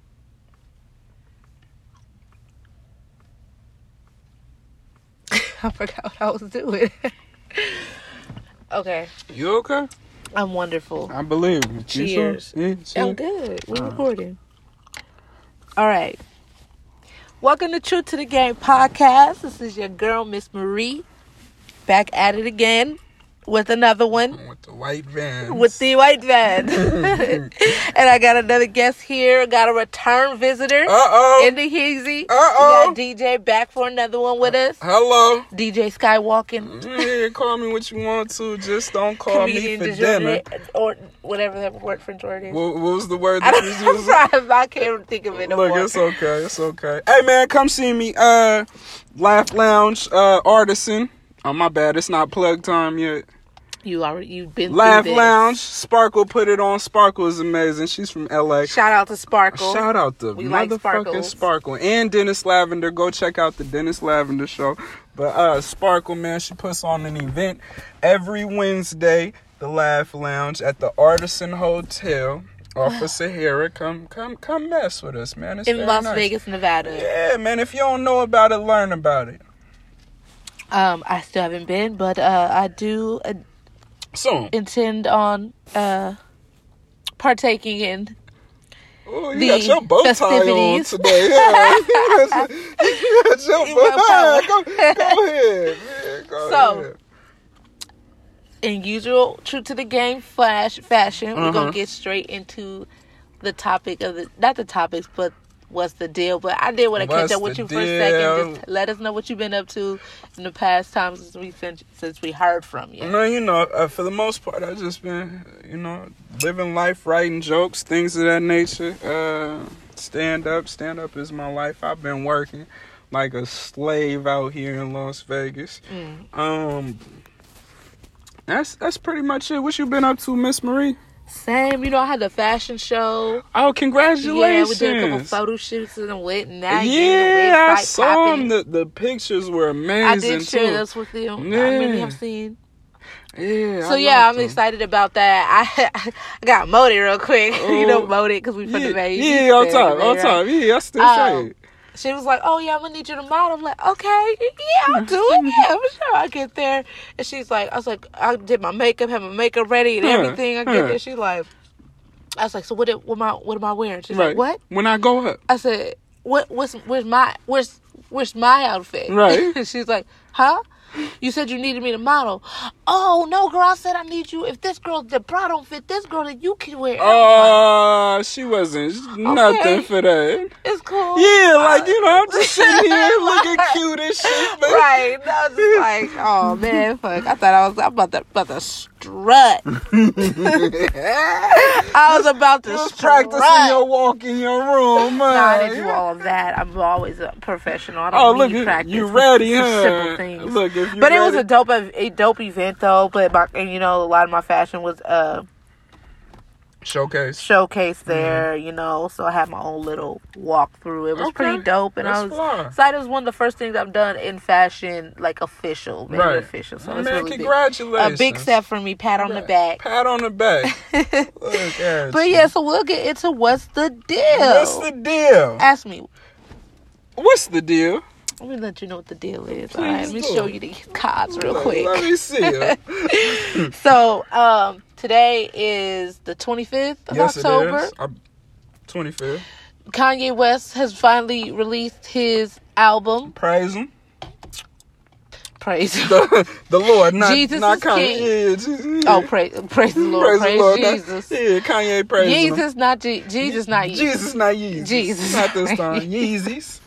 I forgot what I was doing. okay. You okay? I'm wonderful. I believe. You sure? Cheers. Yeah, I'm sure? good. We're recording. All right. Welcome to Truth to the Game podcast. This is your girl, Miss Marie, back at it again with another one. With the white van. with the white van. and I got another guest here. Got a return visitor Uh oh. in the Heezy. Uh-oh. We got DJ back for another one with us. Hello. DJ Skywalking. Yeah, call me what you want to. Just don't call me for de dinner. jure, or whatever that word for Jordan is. What, what was the word I that don't was I'm used? sorry, I can't think of it no Look, more. it's okay. It's okay. Hey, man, come see me. Uh, Laugh Lounge, uh, Artisan. Oh, my bad. It's not plug time yet. You already you've been Laugh through this. Lounge. Sparkle put it on. Sparkle is amazing. She's from LA. Shout out to Sparkle. Shout out to We like motherfucking sparkles. Sparkle and Dennis Lavender. Go check out the Dennis Lavender show. But uh Sparkle man, she puts on an event every Wednesday, the Laugh Lounge at the Artisan Hotel off of Sahara. Come come come mess with us, man. It's in very Las nice. Vegas, Nevada. Yeah, man. If you don't know about it, learn about it. Um, I still haven't been, but uh, I do uh, Soon. intend on uh partaking in Ooh, you the got your bow tie on festivities. today. Yeah. you got your You bow got tie. power. Go, go ahead, man. Go So, ahead. in usual true to the game flash fashion, we're Uh-huh. gonna get straight into the topic of the not the topics, but what's the deal? But I did want to catch What's up with the you for a second. deal? Just let us know what you've been up to in the past time since we since, since we heard from you. No, you know, uh, for the most part, I've just been, you know, living life, writing jokes, things of that nature. Uh, stand up, stand up is my life. I've been working like a slave out here in Las Vegas. Mm. Um, that's that's pretty much it. What you been up to, Miss Marie? Same, you know, I had the fashion show. Oh, Yeah, congratulations! we did a couple photo shoots and then went and now you Yeah, know, I website saw popping. them. The, the pictures were amazing. I did share too. those with you. I Yeah. really have seen. Yeah. So I yeah, I'm loved 'em. excited about that. I I got molded real quick. you know, Oh. molded because we from Yeah, the Bay. yeah, all time, all time. Yeah, I still say Um, it. She was like, "Oh yeah, I'm gonna need you to model." I'm like, "Okay, yeah, I'll do it. Yeah, for sure. I get there." And she's like, "I was like, I did my makeup, had my makeup ready, and Huh, everything. I huh. get there. She's like, I was like, so what? Am, what am I? What am I wearing?" She's like, "What?" When I go up. I said, "What? What's where's my where's where's my outfit?" Right. and she's like, "Huh? You said you needed me to model." Oh no, girl! I said I need you. If this girl the bra don't fit this girl, then you can wear. it." I'm Oh, she wasn't sh- nothing for that. like, it's cool. Yeah, like you know, I'm just sitting here looking cute and shit. But Right, And I was just like, oh man, fuck! I thought I was I'm about to about to strut. I was about to just strut. practicing your walk in your room. no, I huh? didn't do all of that. I'm always a professional. I don't Oh, look, need you, practice. you ready, It's huh? Simple things. Look, if you but it was ready- a dope ev- a dope event though. But my and you know a lot of my fashion was uh showcase. showcased Mm-hmm. there. You know, so I had my own little walk through. It was Okay. pretty dope, and I That's was fly. excited. It was one of the first things I've done in fashion, like official, very Right. official. So Man, it's really big. congratulations. a big step for me. Pat on the back. Pat on the back. Look at But you. yeah, so we'll get into what's the deal. What's the deal? Ask me. What's the deal? Let me let you know what the deal is. All right, let me do. show you these cards real Look, quick. Let me see. it. So, um, today is the 25th of yes, October. it is. I'm 25th. Kanye West has finally released his album. Praise him. Praise. the, the Lord, not Jesus not is Kanye. king. Yeah, Jesus, yeah. oh, praise, praise the Lord. Praise, not- Jesus. yeah, Kanye praise him. Jesus, not Je- Jesus, not you. Jesus, not Yeezys. Jesus. Not this time. Yeezys.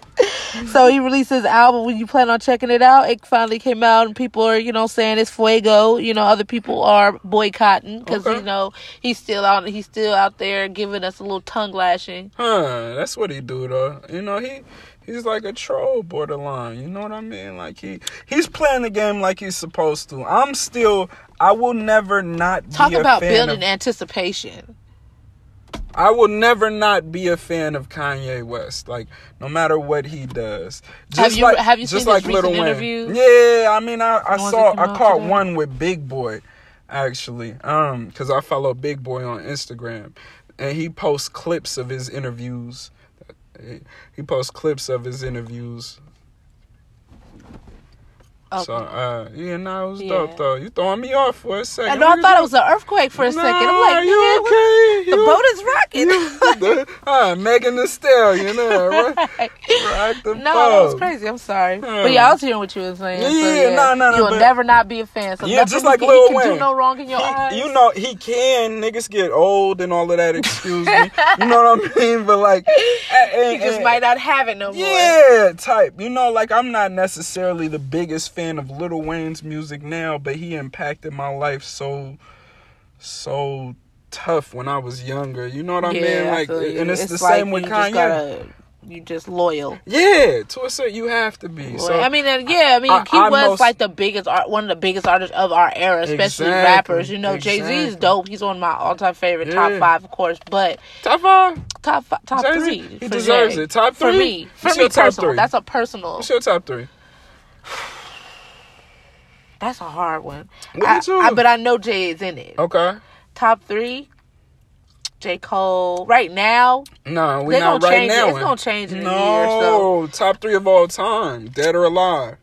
So he released his album. When you plan on checking it out, it finally came out, and people are, you know, saying it's fuego. You know, other people are boycotting because Okay. you know he's still out. He's still out there giving us a little tongue lashing. Huh, that's what he do though. You know, he he's like a troll borderline. You know what I mean? Like he he's playing the game like he's supposed to. I'm still I will never not Talk be a about fan building of, anticipation. I will never not be a fan of Kanye West. Like no matter what he does. Just Have you- like have you just seen his like Lil recent Wayne. interviews? Yeah, I mean I, I The ones saw that came I out caught today? one with Big Boy actually. Um cuz I follow Big Boy on Instagram and he posts clips of his interviews. He- He posts clips of his interviews So uh, yeah, nah, it was Oh. Yeah. dope though. You throwing me off for a And second. I thought it was an earthquake for a second. I'm like, are you "Man, what- okay? the You- boat is rocking. You, uh, Megan Thee Stallion, uh, rock, rock the No, that boat. was crazy. I'm sorry, Yeah. but yeah, I was hearing what you were saying. so Hmm. Yeah, yeah. no, no, no, You'll but- never not be a fan. So Yeah, nothing just he like can- Lil he can do Wayne. no wrong in your He- eyes. you know he can. Niggas get old and all of that. Excuse me. you know what I mean? But like, he just might not have it no more. eh, Yeah, type. You know, like I'm not necessarily the biggest fan of Lil Wayne's music now, but he impacted my life so, so tough when I was younger. You know what I mean? Like, feel you. and it's, the like same with you just Kanye. gotta- you just loyal. Yeah, to a certain, you have to be. So I mean, and yeah, I mean, I- he I was most- like the biggest, art, one of the biggest artists of our era, especially Exactly, rappers. You know, Jay Z is exactly. dope. He's one of my all-time favorite, top Yeah. five, of course, but top five, top fi- top Jay-Z, three. for he deserves Jay. it. Top for three? me, for What's me your top personal. three? That's a personal. what's your top three? That's a hard one. Look I, at you. Oh. I- but I know Jay is in it. Okay, Top three. J. Cole. Right now, no, we They not gonna right change it. now. It's gonna change in a no, year, so- top three of all time, dead or alive.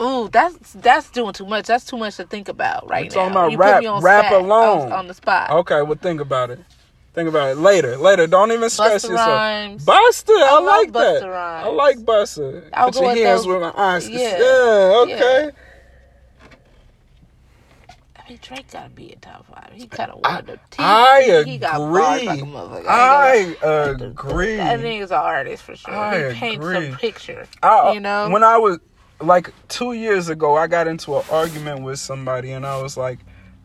ooh, that's that's doing too much. That's too much to think about right We're talking now. about you rap- put me on rap spot. I was alone. Oh, on the spot. Okay, well think about it. Think about it later. Later. Don't even stress Busta yourself. Rhymes. Buster, I, love like that. Busta Rhymes. I like Buster. I'll Put go your with hands those- with my eyes. Yeah. Yeah. okay. I mean, Drake gotta be in top five. He kind of wanted to. I He agree. got bars like a motherfucker. I I agree. that nigga's an artist for sure. I he paints agree. a picture. I, you know. when I was like two years ago, I got into an argument with somebody, and I was like,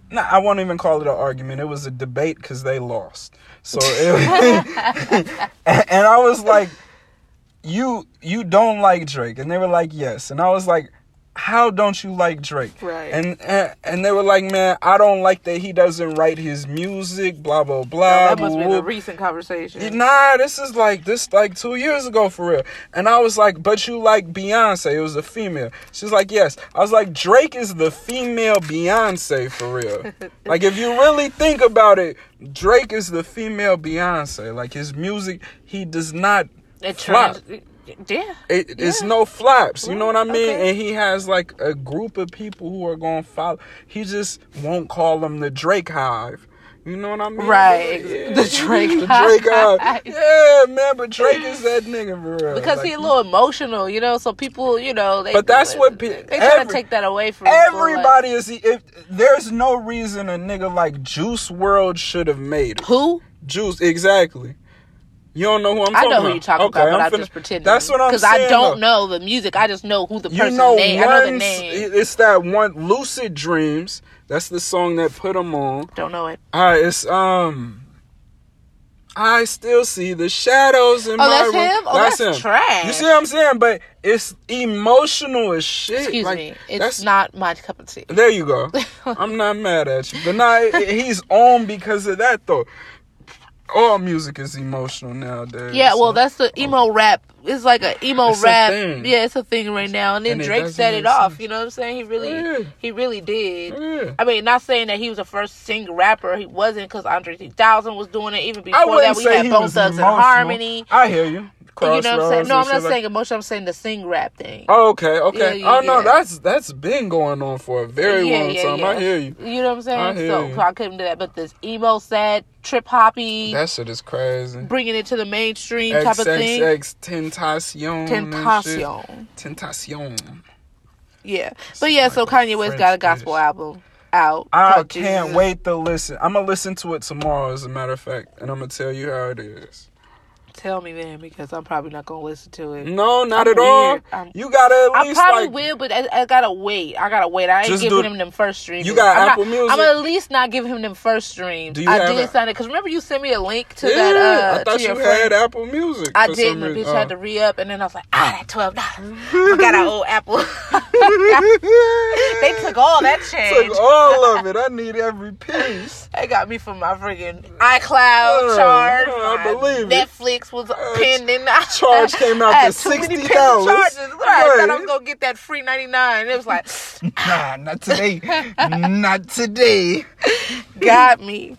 "Nah, I won't even call it an argument. It was a debate because they lost." So, it, and I was like, "You you don't like Drake?" And they were like, "Yes." And I was like. How don't you like Drake? Right. And, and and they were like, man, I don't like that he doesn't write his music. Blah blah blah. Oh, that must blah, have been blah, a recent conversation. Nah, this is like this like two years ago for real. And I was like, but you like Beyonce. It was a female. She's like, yes. I was like, Drake is the female Beyonce for real. like if you really think about it, Drake is the female Beyonce. Like his music, he does not It flop. turns. Yeah. It, It's Yeah. no flops, you know what I mean? okay. And he has like a group of people who are going to follow. He just won't call them the Drake Hive. You know what I mean? Right, Yeah. the Drake the Drake Hive. Yeah, man, but Drake is that nigga for real. Because Like, he a little emotional, you know. So people, you know, they. But that's what pe- they, try to every- take that away from people, like- Everybody is. If there's no reason a nigga like Juice World should have made it. who Juice, exactly. You don't know who I'm I talking know about. who you talking okay, about, but I'm I'm finna- just pretending. That's what I'm Because saying. I don't know though. the music. I just know who the you person's know, name. I know the once- name. It's that one "Lucid Dreams." That's the song that put him on. Don't know it. All right, it's um. I still see the shadows in Oh, my that's room. him? Oh, that's trash. You see what I'm saying? But it's emotional as shit. Excuse Like, me. It's that's- not my cup of tea. There you go. I'm not mad at you, but nah, it- it- he's on because of that though. All music is emotional nowadays. Yeah, well, so- that's the emo rap. It's like an emo Oh. It's a rap. thing. Yeah, it's a thing right now. And then And it Drake doesn't set it make off. sense. You know what I'm saying? He really, Yeah. he really did. Yeah. I mean, not saying that he was the first sing rapper. He wasn't because Andre 3000 was doing it. Even I before wouldn't that, we say had he Bone was Thugs and emotional. Harmony. I hear you. You know what I'm saying? Crossroads No, I'm and shit not like- saying emotion. I'm saying the sing rap thing. Oh, okay, okay. Yeah, yeah, oh no, yeah. that's that's been going on for a very yeah, long yeah, time. yeah. I hear you. You know what I'm saying? I hear so you. I couldn't do that. But this emo sad, trip hoppy, That shit is crazy. bringing it to the mainstream type of thing. XXX Tentacion. mm, and shit. Tentacion. Tentacion. Yeah, but yeah, so Kanye West French got a gospel dish. album out. I called can't Jesus. wait to listen. I'm gonna listen to it tomorrow, as a matter of fact, and I'm gonna tell you how it is. Tell me then, because I'm probably not gonna listen to it. No, not I'm at all. weird. I'm- you gotta at I least probably like. will, but I, I gotta wait. I gotta wait. I ain't Just giving do- him them first streams. You got I'm Apple not, Music? I'm at least not giving him them first streams. Do you I have did a- sign it because remember you sent me a link to yeah, that. Uh, I thought to you your friend. had Apple Music. I for some didn't. The bitch reason. Uh-huh. had to re up, and then I was like, ah, that twelve dollars. I got our old Apple. Oh. they took all that change. Took all of it. I need every piece. They got me for my friggin' iCloud Uh, charge. I my believe it. Uh, Netflix was pending. charge came out I had to too many $60. pending charges. Right. I thought I Right. was gonna get that free ninety nine. It was like, Nah, not today. not today. got me.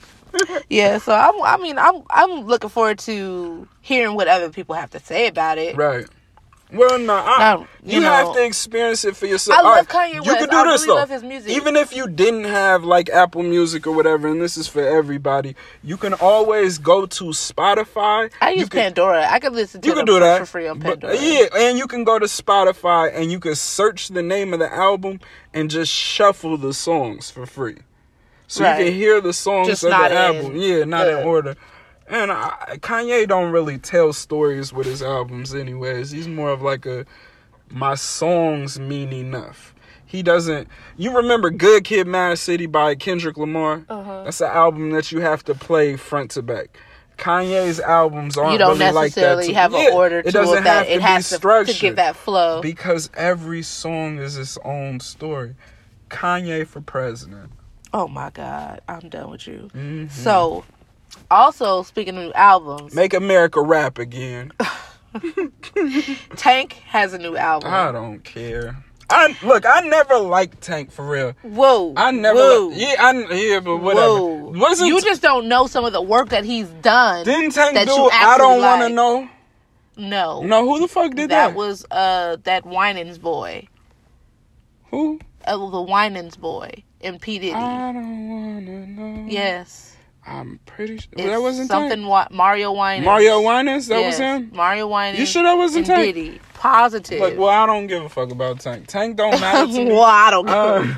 Yeah, so I'm. I mean, I'm. I'm looking forward to hearing what other people have to say about it. Right. Well, no, I, No, you, you know. have to experience it for yourself. I All love Kanye You West. can do I this really though. love his music. Even if you didn't have like Apple Music or whatever, and this is for everybody, you can always go to Spotify. I use you can, Pandora. I could listen to You can them do for- that for free on But- Pandora. yeah, and you can go to Spotify and you can search the name of the album and just shuffle the songs for free. So you Right. can hear the songs Just of the not in- album. Yeah, not Yeah. in order. And I, Kanye don't really tell stories with his albums, anyways. He's more of like a my songs mean enough. He doesn't. You remember "Good Kid, Mad City" by Kendrick Lamar? Uh-huh. That's an album that you have to play front to back. Kanye's albums aren't You don't really like that. necessarily too. have Yeah, an order It to doesn't it that have to it be has to, to structured give that flow. because every song is its own story. Kanye for president. oh my God, I'm done with you. Mhm. So, also speaking of new albums, Make America rap again. Tank has a new album. I don't care. I look. I never liked Tank for real. Whoa, I never. Whoa. Li- yeah, I yeah, but whatever. Whoa. Wasn't you just don't know some of the work that he's done. didn't Tank that do? you I don't actually want like. to know. no, No, who the fuck did that, that? was uh that Winans boy, who? uh, the Winans boy, and P Diddy. I don't wanna know. yes, I'm pretty sure It's that wasn't something. Tank. Wi- Mario Winans. Mario Winans. That Yes, was him. Mario Winans. You sure that wasn't and Tank? Diddy. Positive. Like, well, I don't give a fuck about Tank. Tank don't matter to me. well, I don't.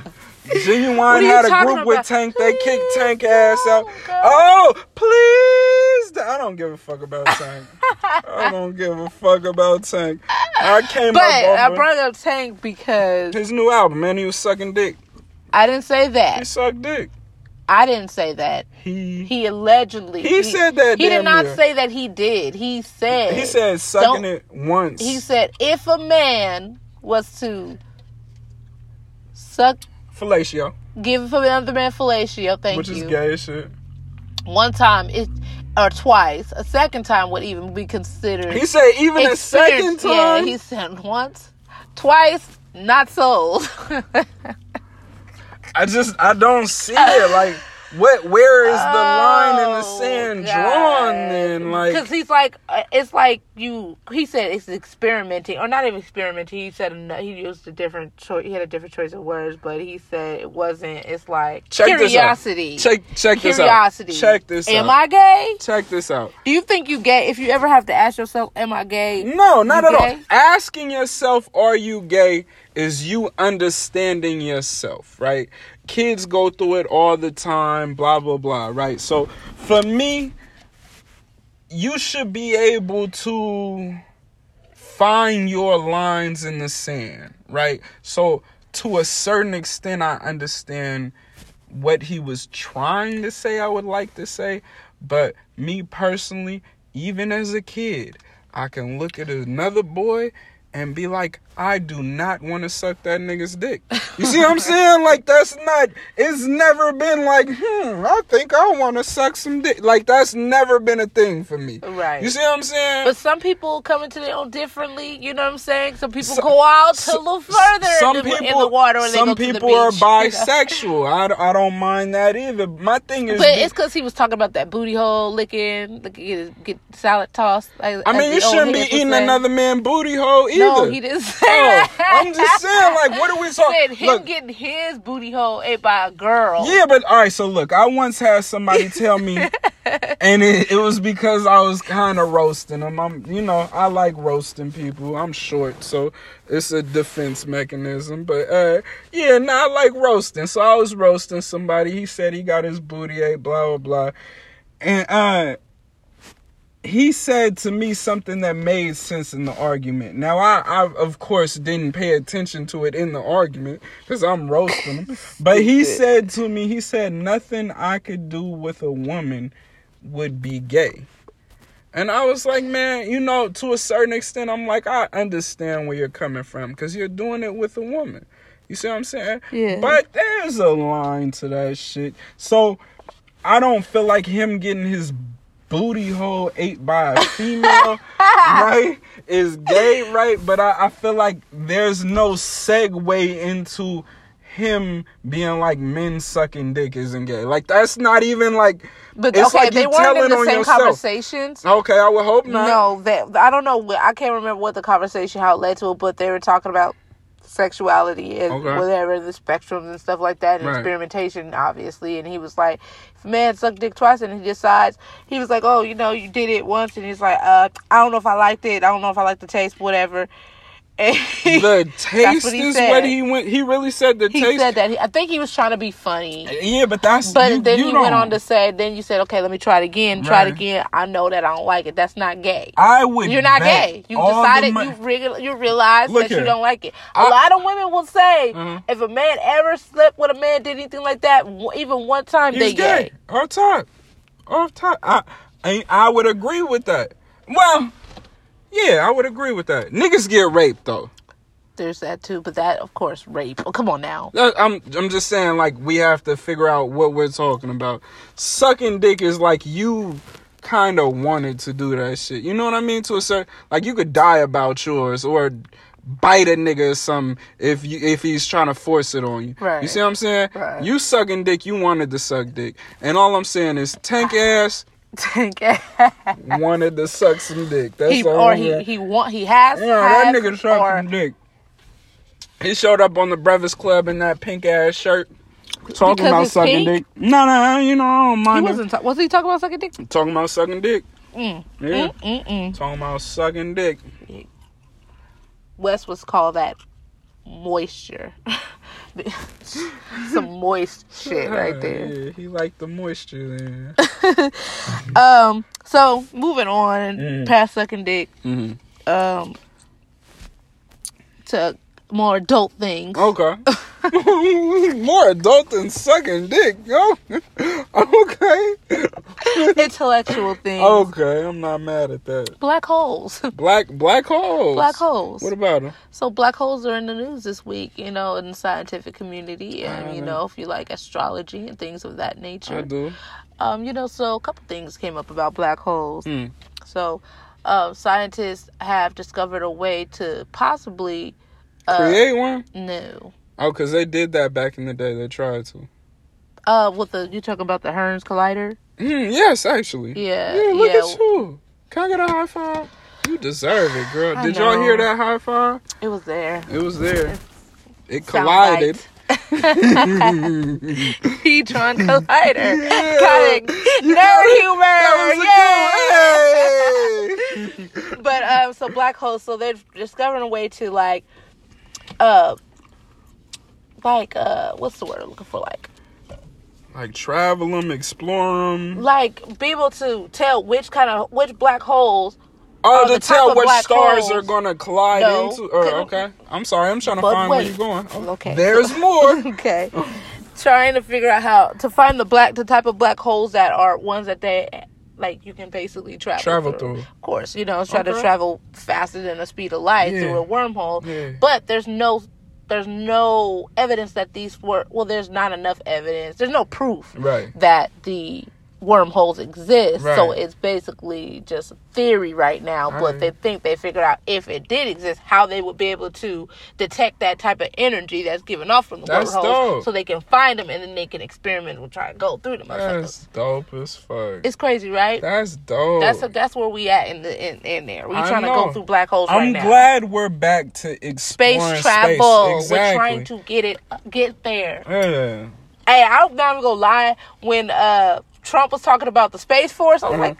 Uh, What Genuine are you had a talking group with about? Tank. They kicked Please Tank ass out. don't go. Oh, please! don't- I don't give a fuck about Tank. I don't give a fuck about Tank. I came but uh, up I on brought up Tank because his new album, man. He was sucking dick. I didn't say He that. sucked dick. I didn't say that. He He allegedly. He said that, He did damn not near. say that he did. He said. he said sucking Don't- it once. He said if a man was to suck, fellatio, give another man fellatio, thank which you. is gay as shit. One time it or twice, a second time would even be considered. He said even a second experience. Yeah, time. he said once, twice, not sold. I just I don't see it. Like what? Where is the line in the Oh, sand God. drawn? Then like Because he's like, uh, it's like you. He said it's experimenting, or not even experimenting. He said ano- he used a different choice. He had a different choice of words, but he said it wasn't. It's like Check this out. curiosity. Check check this out. curiosity. Check this Am out. I gay? Check this out. Do you think you gay? If you ever have to ask yourself, am I gay? No, not You at all. gay? Asking yourself, are you gay, is you understanding yourself, right? Kids go through it all the time, blah, blah, blah, right? So for me, you should be able to find your lines in the sand, right? So to a certain extent, I understand what he was trying to say, I would like to say, but me personally, even as a kid, I can look at another boy and be like, I do not want to suck that nigga's dick. You see what I'm saying? Like, that's not, it's never been like, hmm, I think I want to suck some dick. Like, that's never been a thing for me. Right. You see what I'm saying? But some people come into their own differently. You know what I'm saying? Some people So- go out to a so- little further some in, the, in people- the water, or they some go to the people beach. are you know? bisexual. I, d- I don't mind that either. My thing is, But it's because he was talking about that booty hole licking, like get, get salad tossed. Like, I as mean, the old you shouldn't be heads would eating say. another man booty hole either. No, he didn't say Oh, that. I'm just saying, like, what are we Said talking? him Look, getting his booty hole ate by a girl. yeah, but all right. So look, I once had somebody tell me, and it, it was because I was kind of roasting them. I'm, you know, I like roasting people. I'm short, so it's a defense mechanism. But uh, yeah, no, I like roasting. So I was roasting somebody. He said he got his booty ate, blah blah blah, and uh. he said to me something that made sense in the argument. Now I, I of course didn't pay attention to it in the argument because I'm roasting him. But he said to me, he said nothing I could do with a woman would be gay. And I was like, man, you know, to a certain extent, I'm like, I understand where you're coming from because you're doing it with a woman. You see what I'm saying? Yeah. But there's a line to that shit. So I don't feel like him getting his booty hole ate by a female, right? Is gay, right? But I, I feel like there's no segue into him being like men sucking dick isn't gay. Like that's not even like. But it's okay, like they you weren't in telling the on same yourself. conversations. Okay, I would hope not. No, that I don't know. wh- I can't remember what the conversation how it led to it, but they were talking about sexuality and Okay. whatever the spectrums and stuff like that, and Right. experimentation, obviously. And he was like, "If a man sucked dick twice, and he decides he was like, oh, you know, you did it once, and he's like, uh, I don't know if I liked it. I don't know if I like the taste, whatever." And he, The taste what he is said. what he went. He really said the taste. said that. He, I think he was trying to be funny. Yeah, but that's. But you, then you you went don't- on to say, then you said, okay, let me try it again, try Right. it again. I know that I don't like it. That's not gay. I would. You're not bet gay. You all the decided mon- you re- you realize Look that here. you don't like it. A I- lot of women will say Mhm. if a man ever slept with a man, did anything like that, w- even one time, He's they gay. gay. Off top. Off top. I, I I would agree with that. Well, yeah, I would agree with that. Niggas get raped though. There's that too, but that of course rape. Oh, come on now. That- I'm I'm just saying like we have to figure out what we're talking about. Sucking dick is like you kind of wanted to do that shit. You know what I mean? To a certain like you could die about yours or bite a nigga or something if you if he's trying to force it on you. You Right. see what I'm saying? Right. You sucking dick, you wanted to suck dick. And all I'm saying is tank ass Okay. wanted to suck some dick. That's he, all. or I'm he at. he want he has yeah, that has, nigga sucked or- some dick. He showed up on the Breakfast Club in that pink ass shirt, talking Because about it's sucking pink? dick. No, no, you know I don't He mind. him. wasn't ta- was he talking about sucking dick? Talking about sucking dick. Mm. Yeah, Mm mm. talking about sucking dick. Wes was called that moisture. Some moist shit right there. Yeah, he liked the moisture there. Um, so moving on Mm. past sucking dick, hmm um, to more adult things. Okay. More adult than sucking dick, yo. okay. Oh. Intellectual things. Okay, I'm not mad at that. Black holes. Black black holes. Black holes. What about them? So black holes are in the news this week, you know, in the scientific community, and I you know. know, if you like astrology and things of that I nature. do. Um, you know, so a couple things came up about black holes. Mm. So, uh, scientists have discovered a way to possibly uh, Create one? no. Oh, because they did that back in the day. They tried to. Uh, with the you talking about the Hearns collider? Mm, yes, actually. Yeah, Yeah, look yeah. at you. Can I get a high five? You deserve it, girl. I Did y'all hear know. that high five? It was there. It was there. Sound It collided. Hedron Collider. Yeah. Got it. You Nerd got it. humor. That was a good one. Hey! yeah. But um, so black holes. So they're discovering a way to like, uh, like uh, what's the word I'm looking for? Like, like travel them, explore them. like be able to tell which kind of which black holes Oh, Oh, to the type tell of what black stars holes. are gonna collide No. into. Or, okay, I'm sorry. I'm trying to But find where wait. you're going. Oh, Okay. There's more. okay trying to figure out how to find the black the type of black holes that are ones that they like you can basically travel Travel through. of course you know try Okay. to travel faster than the speed of light Yeah. through a wormhole Yeah. but there's no there's no evidence that these were well there's not enough evidence there's no proof Right. that the wormholes exist so Right. it's basically just a theory right now I but hear they think they figured out if it did exist how they would be able to detect that type of energy that's given off from the That's wormholes dope. so they can find them and then they can experiment and try to go through them That's dope as fuck. it's crazy right That's dope. that's a, that's where we at in the in, in there. We're I trying to know. go through black holes I'm right now. glad we're back to Space exploring travel. Space. We're trying Exactly. to get it get there. Yeah. Hey, I'm not even gonna lie. When uh, Trump was talking about the space force, I was Mhm. like,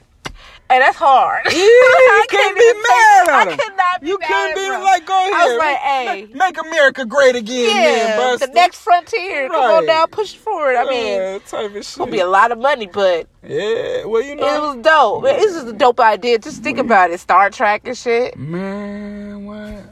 "Hey, that's hard." you I can't can't be even mad say- at I him. could not be You mad can't at be him. like, go ahead. I was like, hey. Ma- Make America great again, man, Yeah, Buster. the next frontier. Come Right. on now, push forward. I mean, it's yeah, type of shit. gonna be a lot of money, but yeah, well, you it know. was dope. Man, It's just a dope idea. Just think about it. Star Trek and shit. man, what? I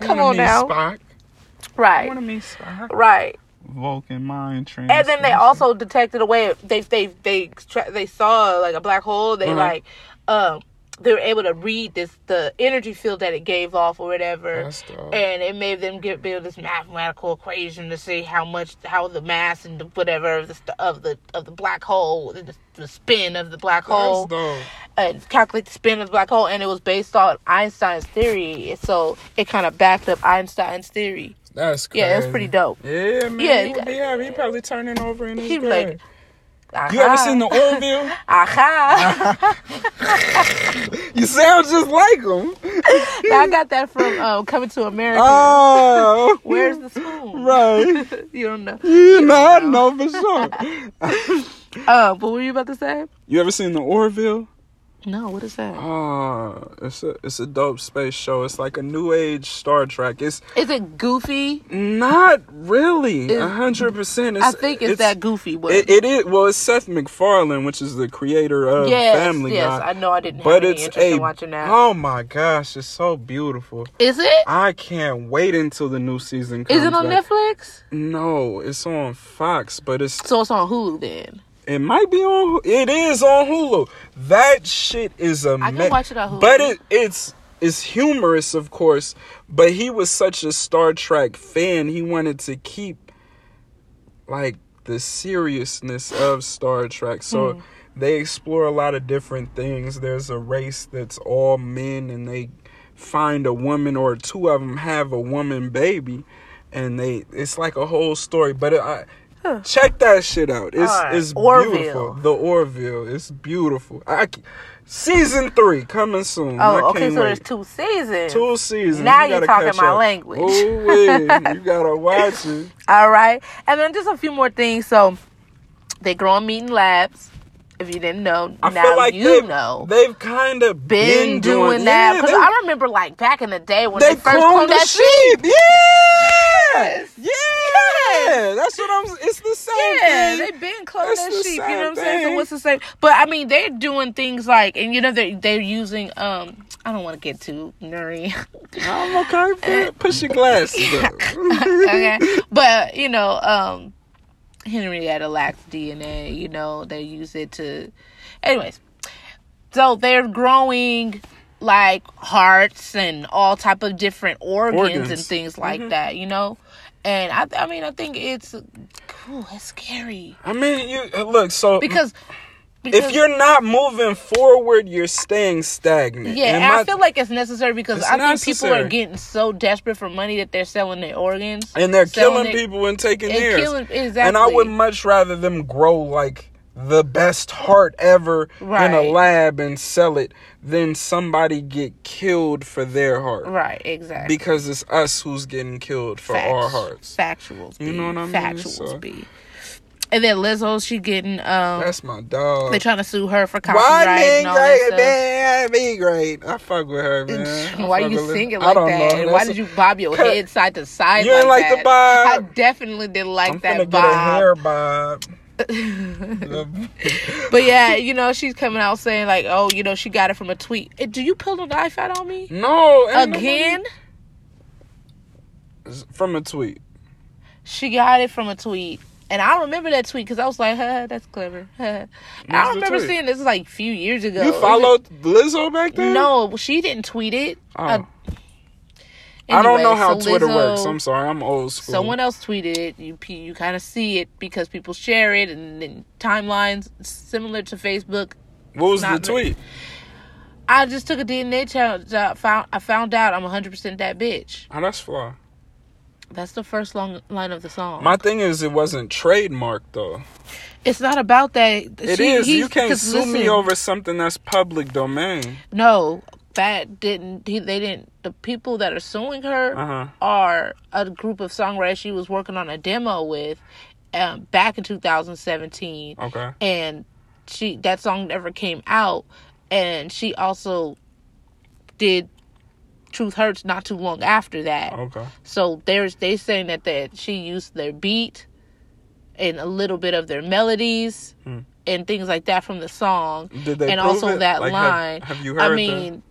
Come wanna on meet now. Spock. I want Right. to meet Spock. Right. Vulcan mind transfer. And then they also detected a way. They they they tra- they saw like a black hole. They Mhm. like, um, they were able to read this the energy field that it gave off or whatever. That's dope. and it made them get build this mathematical equation to see how much how the mass and the whatever of the st- of the of the black hole the, the spin of the black That's hole dope. and calculate the spin of the black hole and it was based on Einstein's theory so it kind of backed up Einstein's theory That's crazy. Yeah, it was pretty dope. Yeah, man. Yeah, he would be happy. He probably turning over in his He grave. was like, you Ah. ever seen the Orville? Aha! you sound just like him. I got that from um, Coming to America. Oh, Where's the spoon? right? you don't know. You know, I know for sure. Uh, but what were you about to say? You ever seen the Orville? No, what is that? Oh, it's a it's a dope space show. It's like a new age Star Trek. It's Is it goofy? not really a It's- hundred percent. I think it's, that goofy one. It, it is well. It's Seth MacFarlane, which is the creator of yes, Family yes. Guy. I know I didn't have but any it's interest a in watching that. Is oh my gosh, it's so beautiful. it? I can't wait until the new season comes. Is it on back. Netflix? No, it's on Fox, but it's So it's on Hulu then. it might be on. It is on Hulu. That shit is amazing. watch it on Hulu. But it it's it's humorous, of course. But he was such a Star Trek fan, he wanted to keep like the seriousness of Star Trek. Hmm. So they explore a lot of different things. There's a race that's all men, and they find a woman, or two of them have a woman baby, and they it's like a whole story. But it, I. Check that shit out. It's Alright, it's Orville. beautiful. The Orville. It's beautiful. I, c- season three coming soon. I Oh, okay. can't So there's wait. two seasons. two seasons. Now you you're gotta talking catch my up. language. Ooh, wee. you gotta watch it. All right. And then just a few more things. So they grow on Meeting Labs. If you didn't know, I now feel like you they've, know. they've kind of Been, doing, that. yeah, Because they- I remember like back in the day when they they, first cloned cloned the that shit. sheep. Yeah, yeah. That's what I'm. It's the same Yeah, thing. they've been cloning It's that the sheep. You know same what I'm saying? So thing. what's the same? But I mean, they're doing things like, and you know, they they're using. Um, I don't want to get too nerdy. I'm okay. Put, push your glasses up. okay, but you know, um, Henrietta lacks DNA. You know, they use it to, anyways. So they're growing like hearts and all type of different organs, Organs. Mm-hmm. and things like that. You know, and I, I mean, I think it's, ooh, it's scary I mean, you uh, look. So because. if because- you're not moving forward, you're staying stagnant. Yeah, and, my- I feel like it's necessary because It's I think people necessary. are getting so desperate for money that they're selling their organs and they're selling killing it- people and taking and theirs. killing exactly. And I would much rather them grow like the best heart ever in a Right. lab and sell it than somebody get killed for their heart. right exactly Because it's us who's getting killed for our Facts. hearts. Factuals, You B. know what I mean? Factuals, So- B. And then Lizzo, she getting um, That's my dog. they're trying to sue her for Why copyright and nigga, all that stuff. man, be great. I fuck with her, man. I Why fuck you with her. singing I like don't that? know. And That's Why a- did you bob your Cut. head side to side? You ain't like the that? bob. I definitely didn't like I'm that gonna get a bob. hair bob. The- But yeah, you know, she's coming out saying like, oh, you know, she got it from a tweet. Eh, Do you pull the knife out on me No, ain't nobody- again? from a tweet. She got it from a tweet. And I remember that tweet because I was like, huh, that's clever. Huh. And What's I the remember tweet? seeing this like a few years ago. You followed Lizzo back then? No, she didn't tweet it. Oh. Uh, I don't know anyway, how so Twitter Lizzo- works. I'm sorry, I'm old school. Someone else tweeted it. You pe- you kind of see it because people share it and, then timelines similar to Facebook. what was the not me. tweet? I just took a DNA challenge. I found I found out I'm 100% that bitch. Oh, that's fly. That's the first long line of the song. My thing is, it wasn't trademarked though. it's not about that. It is. She- he's- You can't 'cause sue me listen, over something that's public domain. No, that didn't. He, they didn't. The people that are suing her Uh-huh. are a group of songwriters she was working on a demo with um, back in 2017. Okay. and she that song never came out and she also did truth hurts not too long after that Okay. so there's they saying that that she used their beat and a little bit of their melodies Hmm. and things like that from the song Did they and prove also it? that Like, have- line Have, you heard i the- mean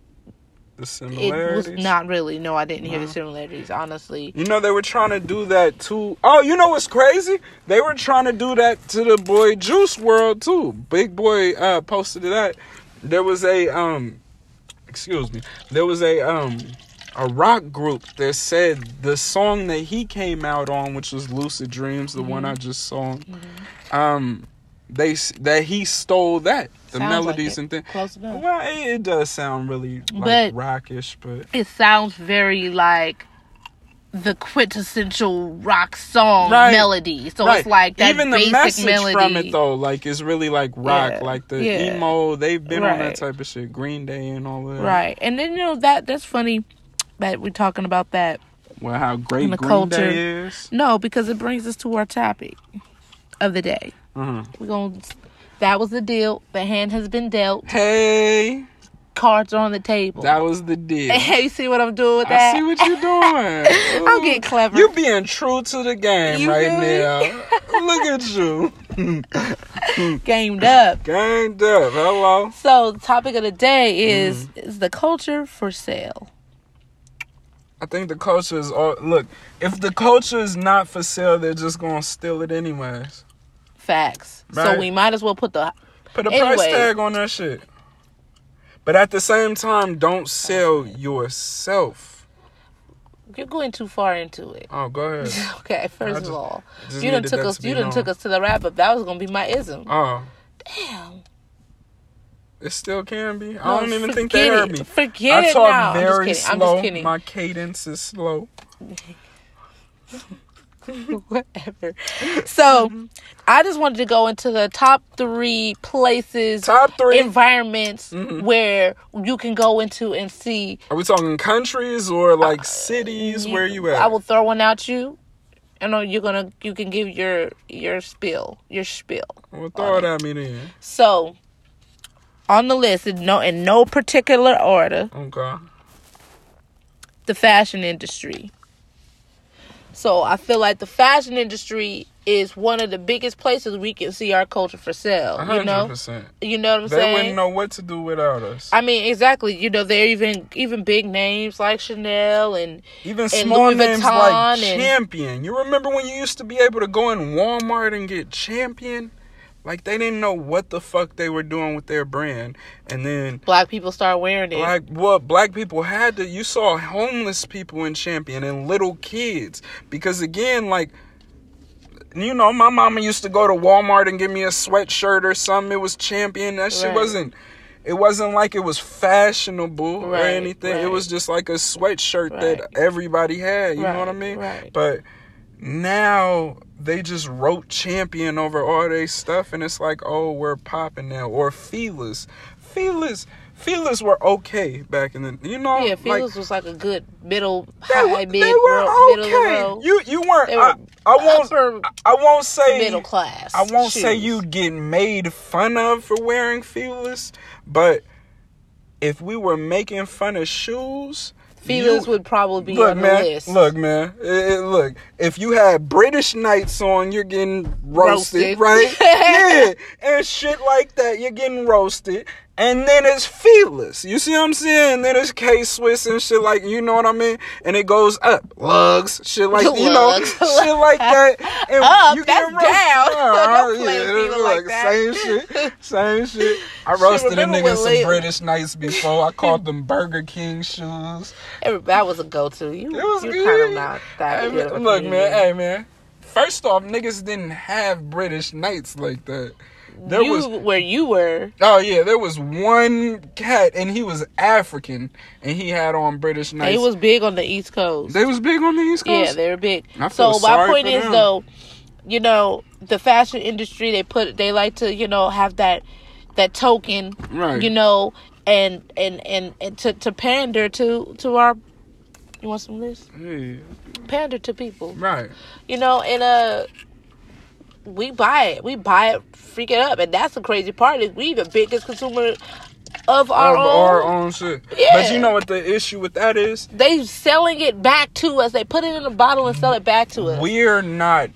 it the, was similarities? not really no i didn't hear the No. similarities honestly You know they were trying to do that too. Oh, you know what's crazy? They were trying to do that to the boy Juice World too. Big Boy uh, posted that. There was a um, excuse me. There was a um, a rock group that said the song that he came out on, which was Lucid Dreams, the Mm-hmm. one I just saw. Um, they s- that he stole that the Sounds like melodies it. and things. close enough Well, it, it does sound really But- like rockish, but it sounds very like the quintessential rock song Right. melody. So right. it's like that even the basic message melody. from it though, like it's really like rock, Yeah. like the Yeah. emo. They've been on Right. that type of shit, Green Day and all that. Right. And then you know that that's funny that we're talking about that. Well, how great And the Green culture. Day is. No, because it brings us to our topic of the day. Uh-huh. We're going to that was the deal. The hand has been dealt. Hey, Cards are on the table. that was the deal. you see what I'm doing with I that? see what you're doing. I'm Ooh, getting clever. You being true to the game You right feel me? now. Look at you. Gamed up. Ganged up. Hello. So the topic of the day is Mm-hmm. is the culture for sale. I think the culture is all look, if the culture is not for sale, they're just gonna steal it anyways. Facts. Right. So we might as well put the Put a price Anyway. tag on that shit. But at the same time, don't sell yourself. you're going too far into it. Oh, go ahead. Okay, first just- of all, just you done needed took that us. to be You done known. took us to the wrap up. That was gonna be my ism. Oh, Damn. it still can be. No, I don't even think forget they heard it. me. Forget I it talk now. very I'm just kidding. slow. I'm just kidding. My cadence is slow. Whatever. So, I just wanted to go into the top three places, Top three. Mm-hmm. environments where you can go into and see. Are we talking countries or like cities? Where you at? Uh, I will throw one out you. I know you're gonna. You can give your your spiel, your spiel. well, throw it at me then. So, on the list, in no in no particular order, Okay. the fashion industry. So I feel like the fashion industry is one of the biggest places we can see our culture for sale. A You hundred know, percent. you know what I'm They wouldn't saying. know what to do without us. I mean, exactly. You know, they're even even big names like Chanel and Even and small Louis names Vuitton like and- Champion. You remember when you used to be able to go in Walmart and get Champion? Like they didn't know what the fuck they were doing with their brand, and then black people start wearing it. Black well, black people had to. You saw homeless people in Champion and little kids because again, like you know, my mama used to go to Walmart and give me a sweatshirt or something. It was Champion. That shit Right. wasn't. It wasn't like it was fashionable or Right, anything. It right. was just like a sweatshirt Right. that everybody had. You know what I Right, mean? right. But now they just wrote champion over all their stuff and it's like oh we're popping now or feelers feelers feelers were okay back in the you know yeah, oh, like Felix was like a good middle they, high were- mid they row- were middle of the okay row, you you weren't They I, were I won't upper i won't say middle class. I won't say shoes. you get made fun of for wearing feelers, but if we were making fun of shoes, Felix you- would probably be on the man, list. Look, man. It- it- look, if you had British nights on, you're getting Roasted. roasted, right? yeah, and shit like that, you're getting roasted. And then it's feelers. You see what I'm saying? And then it's K Swiss and shit like you know what I mean. And it goes up, lugs, shit like you know, Lugs. shit like that. And Up, you that's roasted. down. Uh-huh. Don't play with it's people like that. Same shit, same shit. I roasted a remember nigga when in some Lil- British nights before. I called them Burger King shoes. Every- that was a go to. You, It was you good. kind of not that Hey, good. man, of a look, man. comedian. Hey, man. First off, niggas didn't have British nights like that. There you was where you were. oh yeah, there was one cat and he was African and he had on British nights. They was big on the East Coast. they was big on the East Coast. yeah, they were big. I feel So my sorry point for is them. though, you know, the fashion industry they put they like to you know have that that token, Right. You know, and and and, and to to pander to to our. You want some of this? Yeah, Pander to people, right. you know, and uh. We buy it. We buy it, freak it up, and that's the crazy part is we the biggest consumer of our Of own. our own shit. But Yeah. you know what the issue with that is? they selling it back to us. They put it in a bottle and sell it back to us. We're not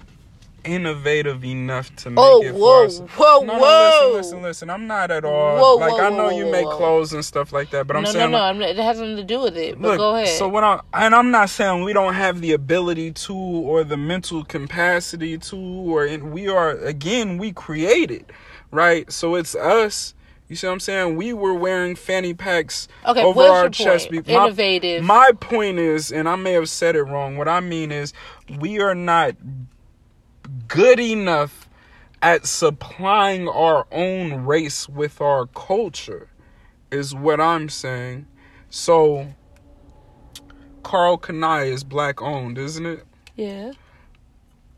innovative enough to make Oh, it for whoa, us. whoa, No, whoa. no, listen, listen, listen. I'm not at all. Whoa, like whoa, I know whoa, you whoa, make whoa. clothes and stuff like that, but I'm no, saying no, no, like, I'm- It has nothing to do with it. But Look, go ahead. So what I and I'm not saying we don't have the ability to or the mental capacity to or and we are again we created, right? So it's us. You see what I'm saying? We were wearing fanny packs Okay, over what's our your chest. point? be- my- Innovative. My point is, and I may have said it wrong. What I mean is, we are not good enough at supplying our own race with our culture is what I'm saying. So Carl Kanai is black owned, isn't it? Yeah.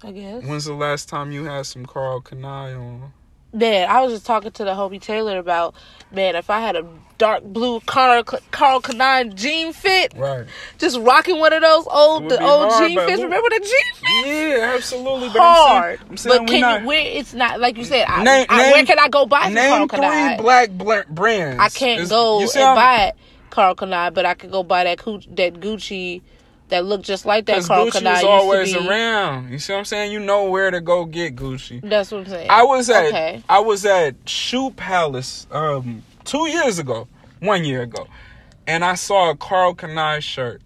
I guess. When's the last time you had some Carl Kanai on? Man, I was just talking to the homie Taylor about, man, if I had a dark blue Carl Carl Canine jean fit, Right. just rocking one of those It old would the be old hard, jean but fits. who- Remember the jean fit? Yeah, absolutely. But Hard, I'm saying, I'm saying but we can not, you? Where it's not like you said. I, Name- I, where name- can I go buy some Carl name three Canine? black bla- brands? I can't It's- go you and see how- buy Carl Canai, but I could go buy that Gucci, that Gucci that looked just like that Because Carl Gucci Canai is used always to be. around. You see what I'm saying? You know where to go get Gucci. That's what I'm saying. I was at okay. I was at Shoe Palace um two years ago, one year ago, and I saw a Carl Kanai shirt,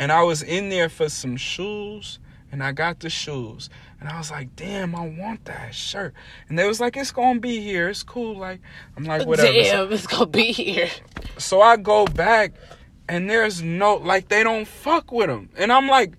and I was in there for some shoes, and I got the shoes, and I was like, damn, I want that shirt, and they was like, it's gonna be here, it's cool, like I'm like whatever. So- Damn, it's gonna be here. so I go back, and there's no like they don't fuck with him, and I'm like,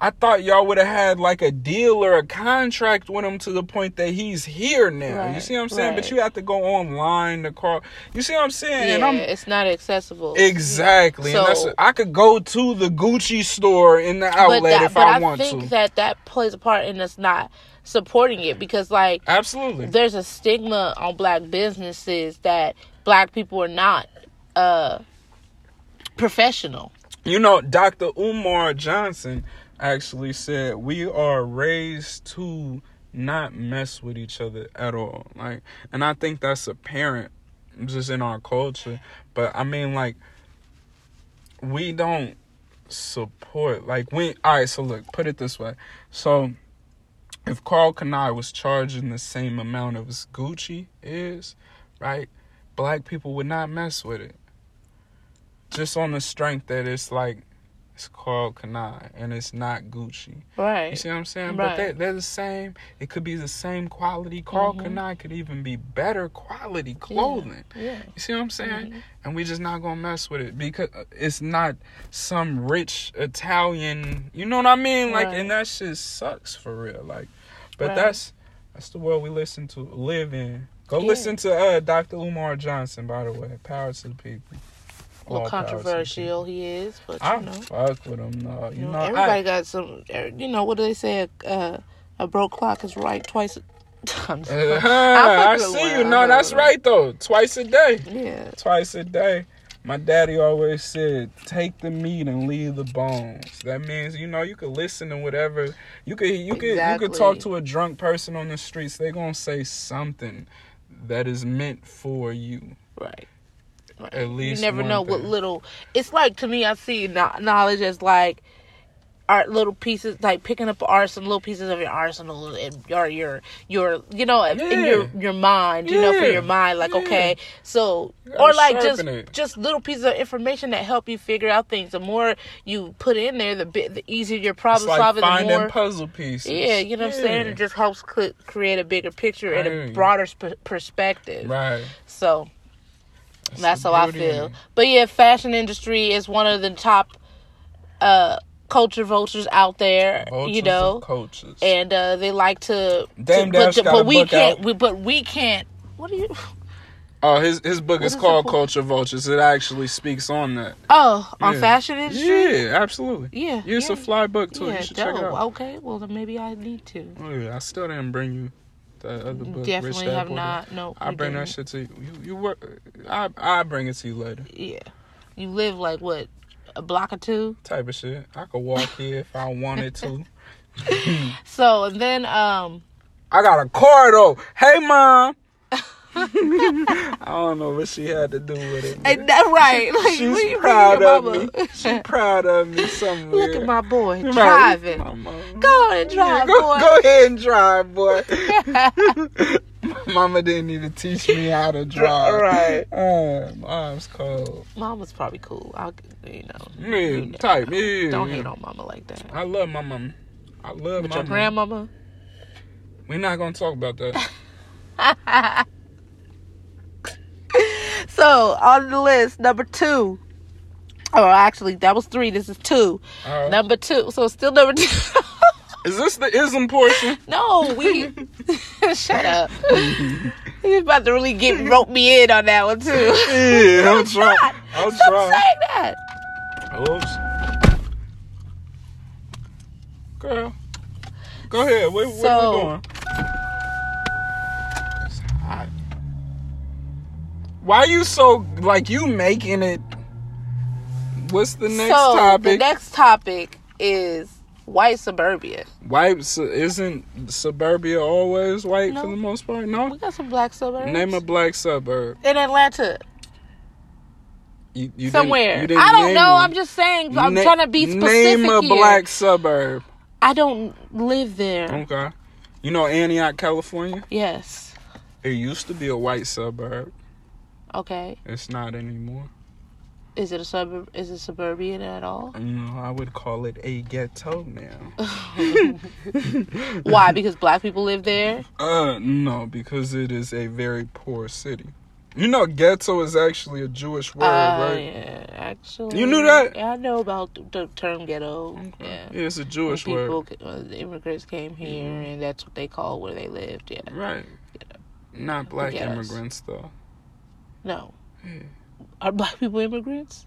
I thought y'all would have had like a deal or a contract with him to the point that he's here now. you Right, see what I'm saying? But right. you have to go online to call. You see what I'm saying? And yeah, I'm it's not accessible. exactly. and that's So- I could go to the Gucci store in the outlet that- if but I, want think to. that that plays a part in us not supporting it because like Absolutely. there's a stigma on black businesses that black people are not uh professional. You know, Dr. Umar Johnson actually said we are raised to not mess with each other at all. Like, and I think that's apparent just in our culture. But I mean, like, we don't support. Like, we all right. So look, put it this way. So. If Carl Kanai was charging the same amount as Gucci is, right? Black people would not mess with it just on the strength that it's like it's Carl Kanai and it's not Gucci. You Right. see what I'm saying? But Right. they, they're the same. It could be the same quality. Carl Kanai could even be better quality clothing. Yeah. Mm-hmm. You see what I'm saying? And we just not gonna mess with it because uh, it's not some rich Italian. You know what I mean? Like, Right. and that shit sucks for real. Like, but Right. that's that's the world we listen to live in. Go Yeah. listen to uh, Dr. Umar Johnson, by the way. Power to the people. A little All power to the people. controversial he is, but I you know, fuck with them, though. You you know, know, everybody I, got some. er, You know what do they say? A, uh, a broke clock is right twice. A, I'm just- Uh, fuck I with 'em see well. you. I No, fuck that's with 'em. right though. Twice a day. yeah, Twice a day. My daddy always said, "Take the meat and leave the bones." That means you know you could listen to whatever. You could you could you could talk Exactly. to a drunk person on the streets. They're gonna say something that is meant for you. right. At least you never one know what thing. little it's like to me i see kno- knowledge as like art little pieces like picking up arts and little pieces of your arsenal and your your your you know in your your mind you know for Yeah. your mind like Yeah. okay so gotta or like just sharpen it. just little pieces of information that help you figure out things the more you put in there the bit the easier your It's problem like solving the finding more puzzle pieces. yeah you know what i'm saying it just helps cl- create a bigger picture and Right. a broader sp- perspective Right. so the that's how I beauty in feel. it. But yeah, fashion industry is one of the top uh culture vultures out there, Vultures you of know. cultures. And uh they like to, Dame to- but, Dash got a but we book can't out. we but we can't what do you Oh, his his book is is it called called? Culture Vultures. It actually speaks on that. Oh, on Yeah. fashion industry? Yeah, absolutely. Yeah. Yeah, it's a fly book too. yeah, you should check it dope. out. Okay, well then maybe I need to. Oh, yeah, I still didn't bring you that other book. Rich Definitely Dad have Poor Dad. not no I we bring that didn't. shit to you. You, you work. I I bring it to you later. Yeah. You live like what, a block or two? Type of shit. I could walk here if I wanted to. So and then um I got a car though. Hey, mom. I don't know what she had to do with it. but ain't that right? Like what do She's you proud of me. mean, your She's mama? proud of me somewhere. Look at my boy Right. driving. My mom. Go on and Yeah, drive, go, boy. go ahead and drive, boy. Mama didn't even teach me how to drive. Right. Uh, my arms cold. Mama's probably cool. I'll, you know. you Man, know. type. Yeah. Don't yeah. hate on mama like that. I love my mom. I love But my your mom. grandmama, We're not gonna talk about that. So on the list, number two. Or actually, that was three. This is two. All right. Number two. So still number two. Uh, Is this the ism portion? no, we. Shut up. You're about to really get rope me in on that one too. Yeah, I'll try. I'll Stop try. saying that. Oops. Girl. Go ahead. Where, where So- we going? It's hot. Why you so like you making it? What's the next so the topic? next topic is white suburbia. white su- isn't suburbia always white No. for the most part? We No. got some black suburbs. Name a black suburb. in Atlanta You, you didn't- somewhere. you didn't I don't name know. one. I'm just saying. I'm Na- trying to be specific Name a here. black suburb. I don't live there. Okay. You know Antioch, California? Yes. It used to be a white suburb. Okay. It's not anymore. Is it a suburb? Is it suburban at all? No, I would call it a ghetto now. Why? Because black people live there. Uh, no, because it is a very poor city. You know, ghetto is actually a Jewish word, Uh, right? yeah, actually, You knew that? Yeah, I know about the- the term ghetto. Yeah, Yeah, it's a When Jewish people, word. Mm-hmm. ca- uh, the immigrants came here, and that's what they called where they lived. Yeah, Right. Not black Ghettos. immigrants, though. no, are black people immigrants?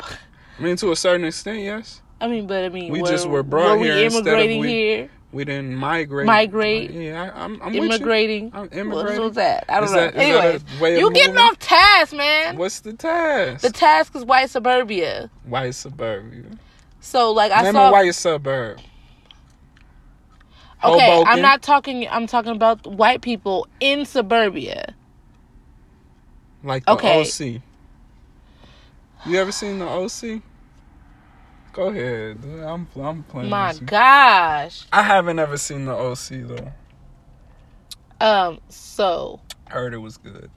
I mean, to a certain extent, yes. I mean, but I mean, We just were brought we here instead of immigrating we- here, We didn't migrate. Migrate. Yeah, I, I'm, I'm with immigrating. you. I'm What's immigrating. what's that? I don't Is know. that- is that a Anyways, way of you getting moving? off task, man. What's the task? The task is white suburbia. white suburbia. So, like, I Name saw a white suburb. Okay, I'm Hoboken. not talking. I'm talking about white people in suburbia. Like the Okay. OC. You ever seen the OC? Go ahead. I'm I'm playing. My with you. gosh. I haven't ever seen the OC though. Um. So Heard it was good.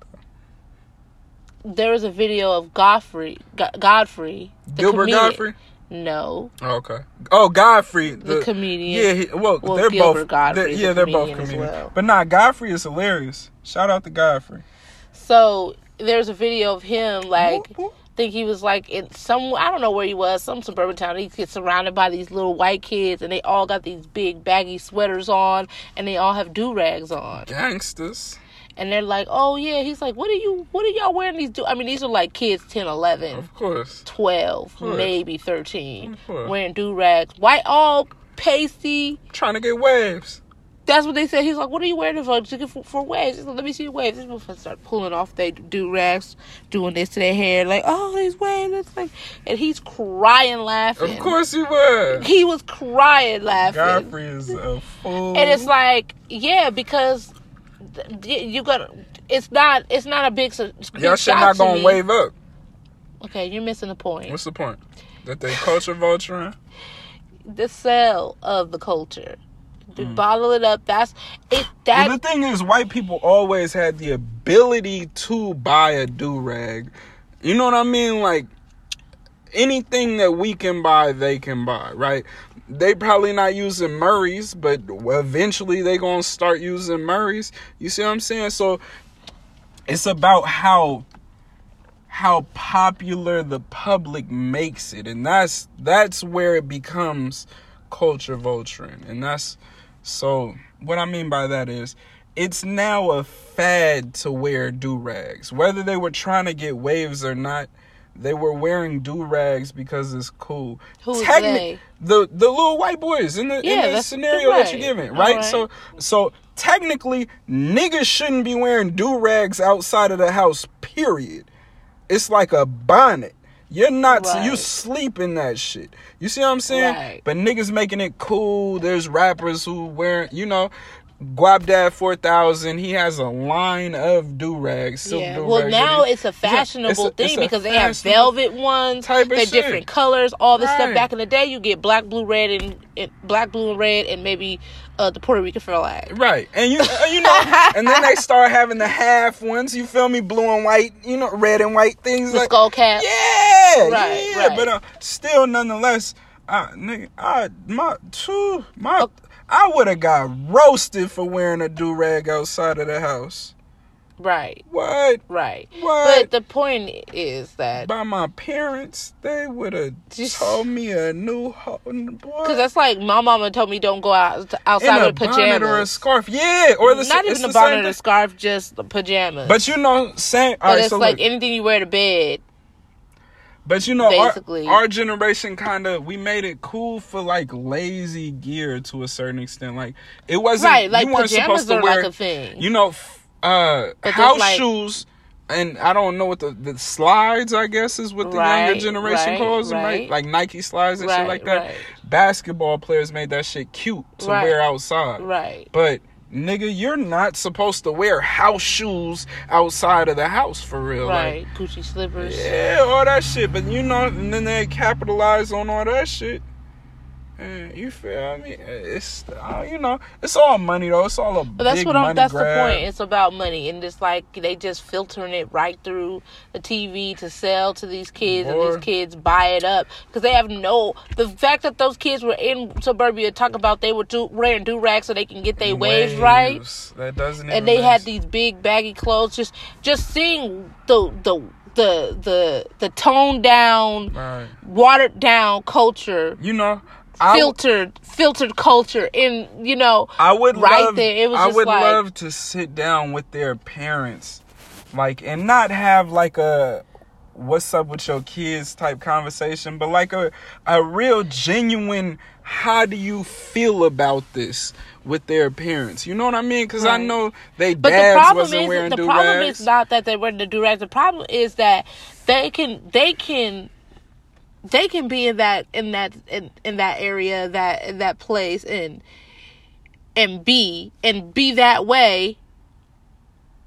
there was a video of Godfrey. Go- Godfrey. the Gilbert comedian. Godfrey. No, Oh, okay. Oh, Godfrey, The comedian. Yeah, he, well, Well, they're Gilbert both. Godfrey they're- is yeah, a they're both comedian as comedians. well. But nah, Godfrey is hilarious. Shout out to Godfrey. so there's a video of him like. Whoop, whoop. think he was like in some I don't know where he was, some suburban town. He gets surrounded by these little white kids and they all got these big baggy sweaters on and they all have do rags on. gangsters. And they're like, "Oh yeah." He's like, "What are you what are y'all wearing these do I mean, these are like kids 10, 11, Of course. 12, course. maybe 13 Of course. wearing do rags. White all pasty. Trying to get waves. That's what they said. He's like, "What are you wearing for, to get for, for waves?" He's like, "Let me see your waves." These motherfuckers start pulling off they do rags, doing this to their hair, like, "Oh, these waves!" It's like, and he's crying, laughing. Of course you would. he was crying, laughing. Godfrey is a fool. And it's like, yeah, because th- y- you got it's not it's not a big. su- big y'all shit shock not to gonna me. wave up. Okay, you're missing the point. What's the point? That they culture vulturing? The sell of the culture, to Hmm. bottle it up. That's it. That well, the thing is, white people always had the ability to buy a do rag. You know what I mean? Like anything that we can buy, they can buy, right? They probably not using Murray's, but eventually they gonna start using Murray's. You see what I'm saying? So it's about how how popular the public makes it, and that's that's where it becomes culture vulturing, and that's so what I mean by that is it's now a fad to wear do rags. Whether they were trying to get waves or not, they were wearing do rags because it's cool. Who's they? The the little white boys in the Yeah, in the that's- scenario that right. you're giving, All right? right. So so technically niggas shouldn't be wearing do rags outside of the house, period. It's like a bonnet. You're not you Right. sleep in that shit. You see what I'm saying? Right. But niggas making it cool. There's rappers who wear, you know, Guapdad 4000, he has a line of do-rags, silk yeah. do-rags. Well, that now he- it's a Yeah, it's a- fashionable thing it's a because they have fashionable- velvet ones, type of they're shit. different colors, all this Right. stuff. Back in the day, you get black, blue, red, and, and black, blue, and red, and maybe uh, the Puerto Rican flag. Right. And you and you know and then they start having the half ones, you feel me, blue and white, you know, red and white things The like skull cap. Yeah, Right, yeah. right. But uh, still, nonetheless, I nigga, I my two my Okay. I would have got roasted for wearing a do rag outside of the house. Right, What? right. What? But the point is that By my parents, they would have Just- told me a new ho- because boy. that's like my mama told me don't go out In outside a with the pajamas. bonnet or a scarf, yeah, or the Not it's even a the same bonnet or thing. scarf, just the pajamas. But you know, same. But All right, it's so like look, anything you wear to bed. But you know, our, Basically. our generation kind of we made it cool for like lazy gear to a certain extent. Like it wasn't Right, like you weren't pajamas supposed to are wear like a thing. you know f- uh But there's, house like- shoes and I don't know what the, the slides I guess is what the Right, younger generation right, calls them, right? right. Like Nike slides and shit Right, like that. right. Basketball players made that shit cute to Right. wear outside. Right. But nigga, you're not supposed to wear house shoes outside of the house for real. Like, Right. Gucci slippers. yeah, all that shit. But you know, and then they capitalize on all that shit. And you feel me? It's uh, you know, it's all money though. It's all a But that's big what money I'm. That's grab. the point. It's about money, and it's like they just filtering it right through the TV to sell to these kids, and Boy. these kids buy it up because they have no. The fact that those kids were in suburbia talking about they were do, wearing do rags so they can get their waves right, Waves. That doesn't. Even and they had make- these big baggy clothes. Just, just seeing the the the the the toned down, Right. watered down culture. You know, I w- filtered filtered culture in you know I would right love, there. It was I just would like- love to sit down with their parents, like, and not have like a "What's up with your kids?" type conversation, but like a a real genuine "How do you feel about this?" with their parents. You know what I mean? Because I Right. know they But the dads problem wasn't wearing is the do problem is rags. not that they wear the durag. The problem is that they can they can they can be in that in that in, in that area that in that place and and be and be that way.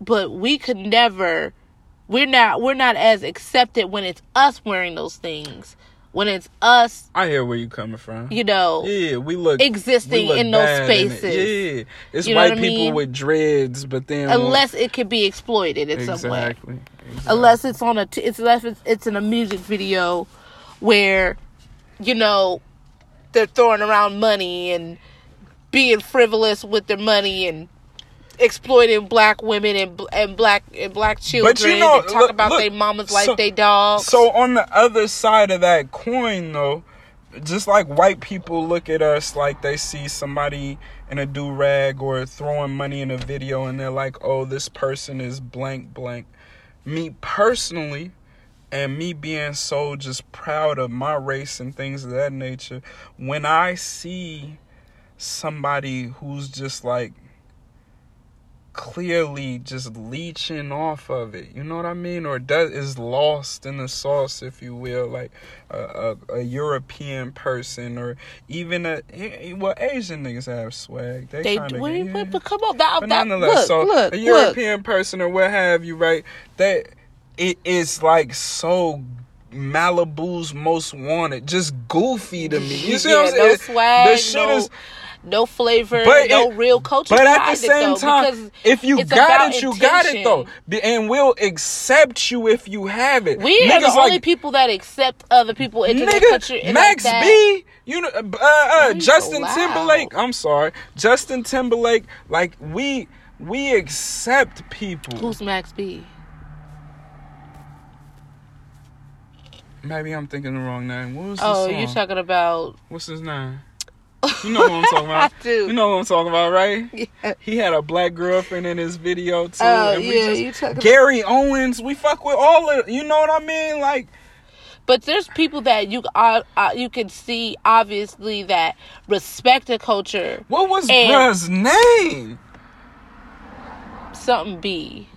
But we could never. We're not we're not as accepted when it's us wearing those things. When it's us, I hear where you coming from. you know. Yeah, we look Existing we look in those bad in it. spaces. Yeah, it's You know white what I people mean? with dreads, but then Unless it can be exploited in some way. exactly, exactly. unless it's on a t- it's unless it's, it's in a music video where you know they're throwing around money and being frivolous with their money and exploiting black women and bl- and black and black children know, and talk look- about look, their mamas so- like they dogs So on the other side of that coin, though, just like white people look at us like they see somebody in a do rag or throwing money in a video, and they're like, "Oh, this person is blank blank." Me personally, and me being so just proud of my race and things of that nature, when I see somebody who's just like clearly just leeching off of it you know what i mean or does is lost in the sauce if you will like a, a, a european person or even a eh, eh, well asian niggas have swag they, they kind of what, what, but come on that, but that nonetheless, look so look a look European person or what have you, right? That it is like so Malibu's most wanted, just goofy to me. You see what I'm Yeah, saying? no swag, the shit no, is, no flavor, but no it- real culture. but at the behind it, same though, because time, if you it's got about it, you got it though, intention. Be- and we'll accept you if you have it. We are Niggas the like- only people that accept other people into their country. Nigga, and Max like that. B, you know, uh, uh, you so Justin loud? Timberlake. I'm sorry, Justin Timberlake. Like we, we accept people. Who's Max B? Maybe I'm thinking the wrong name. What was Oh, the song? you're talking about. What's his name? You know what I'm talking about. I do. You know what I'm talking about, right? Yeah. He had a black girlfriend in his video too. Oh, and we yeah, just- you talking Gary Owens. We fuck with all of. You know what I mean? Like But there's people that you uh, uh, you can see obviously that respect the culture. what was And- bruh's name? Something B,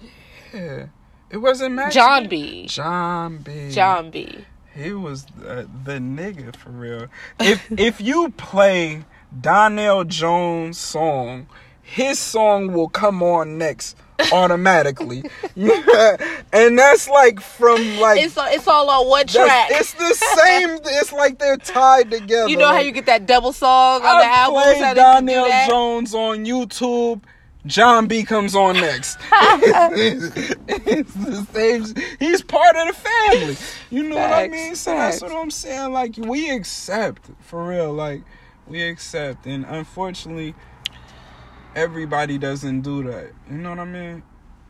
Yeah. It wasn't Max. John B, John B. John B. He was uh, the nigga for real. If if you play Donnell Jones' song, his song will come on next automatically, and that's like from like It's all- it's all on one that's- track. It's the same. It's like they're tied together. You know how like- you get that double song on the I album? play do Donnell that? Jones on YouTube. John B comes on next. it's, the same. sh- He's part of the family. You know what I Facts, mean? So facts. that's what I'm saying. Like we accept for real. Like we accept, and unfortunately, everybody doesn't do that. You know what I mean?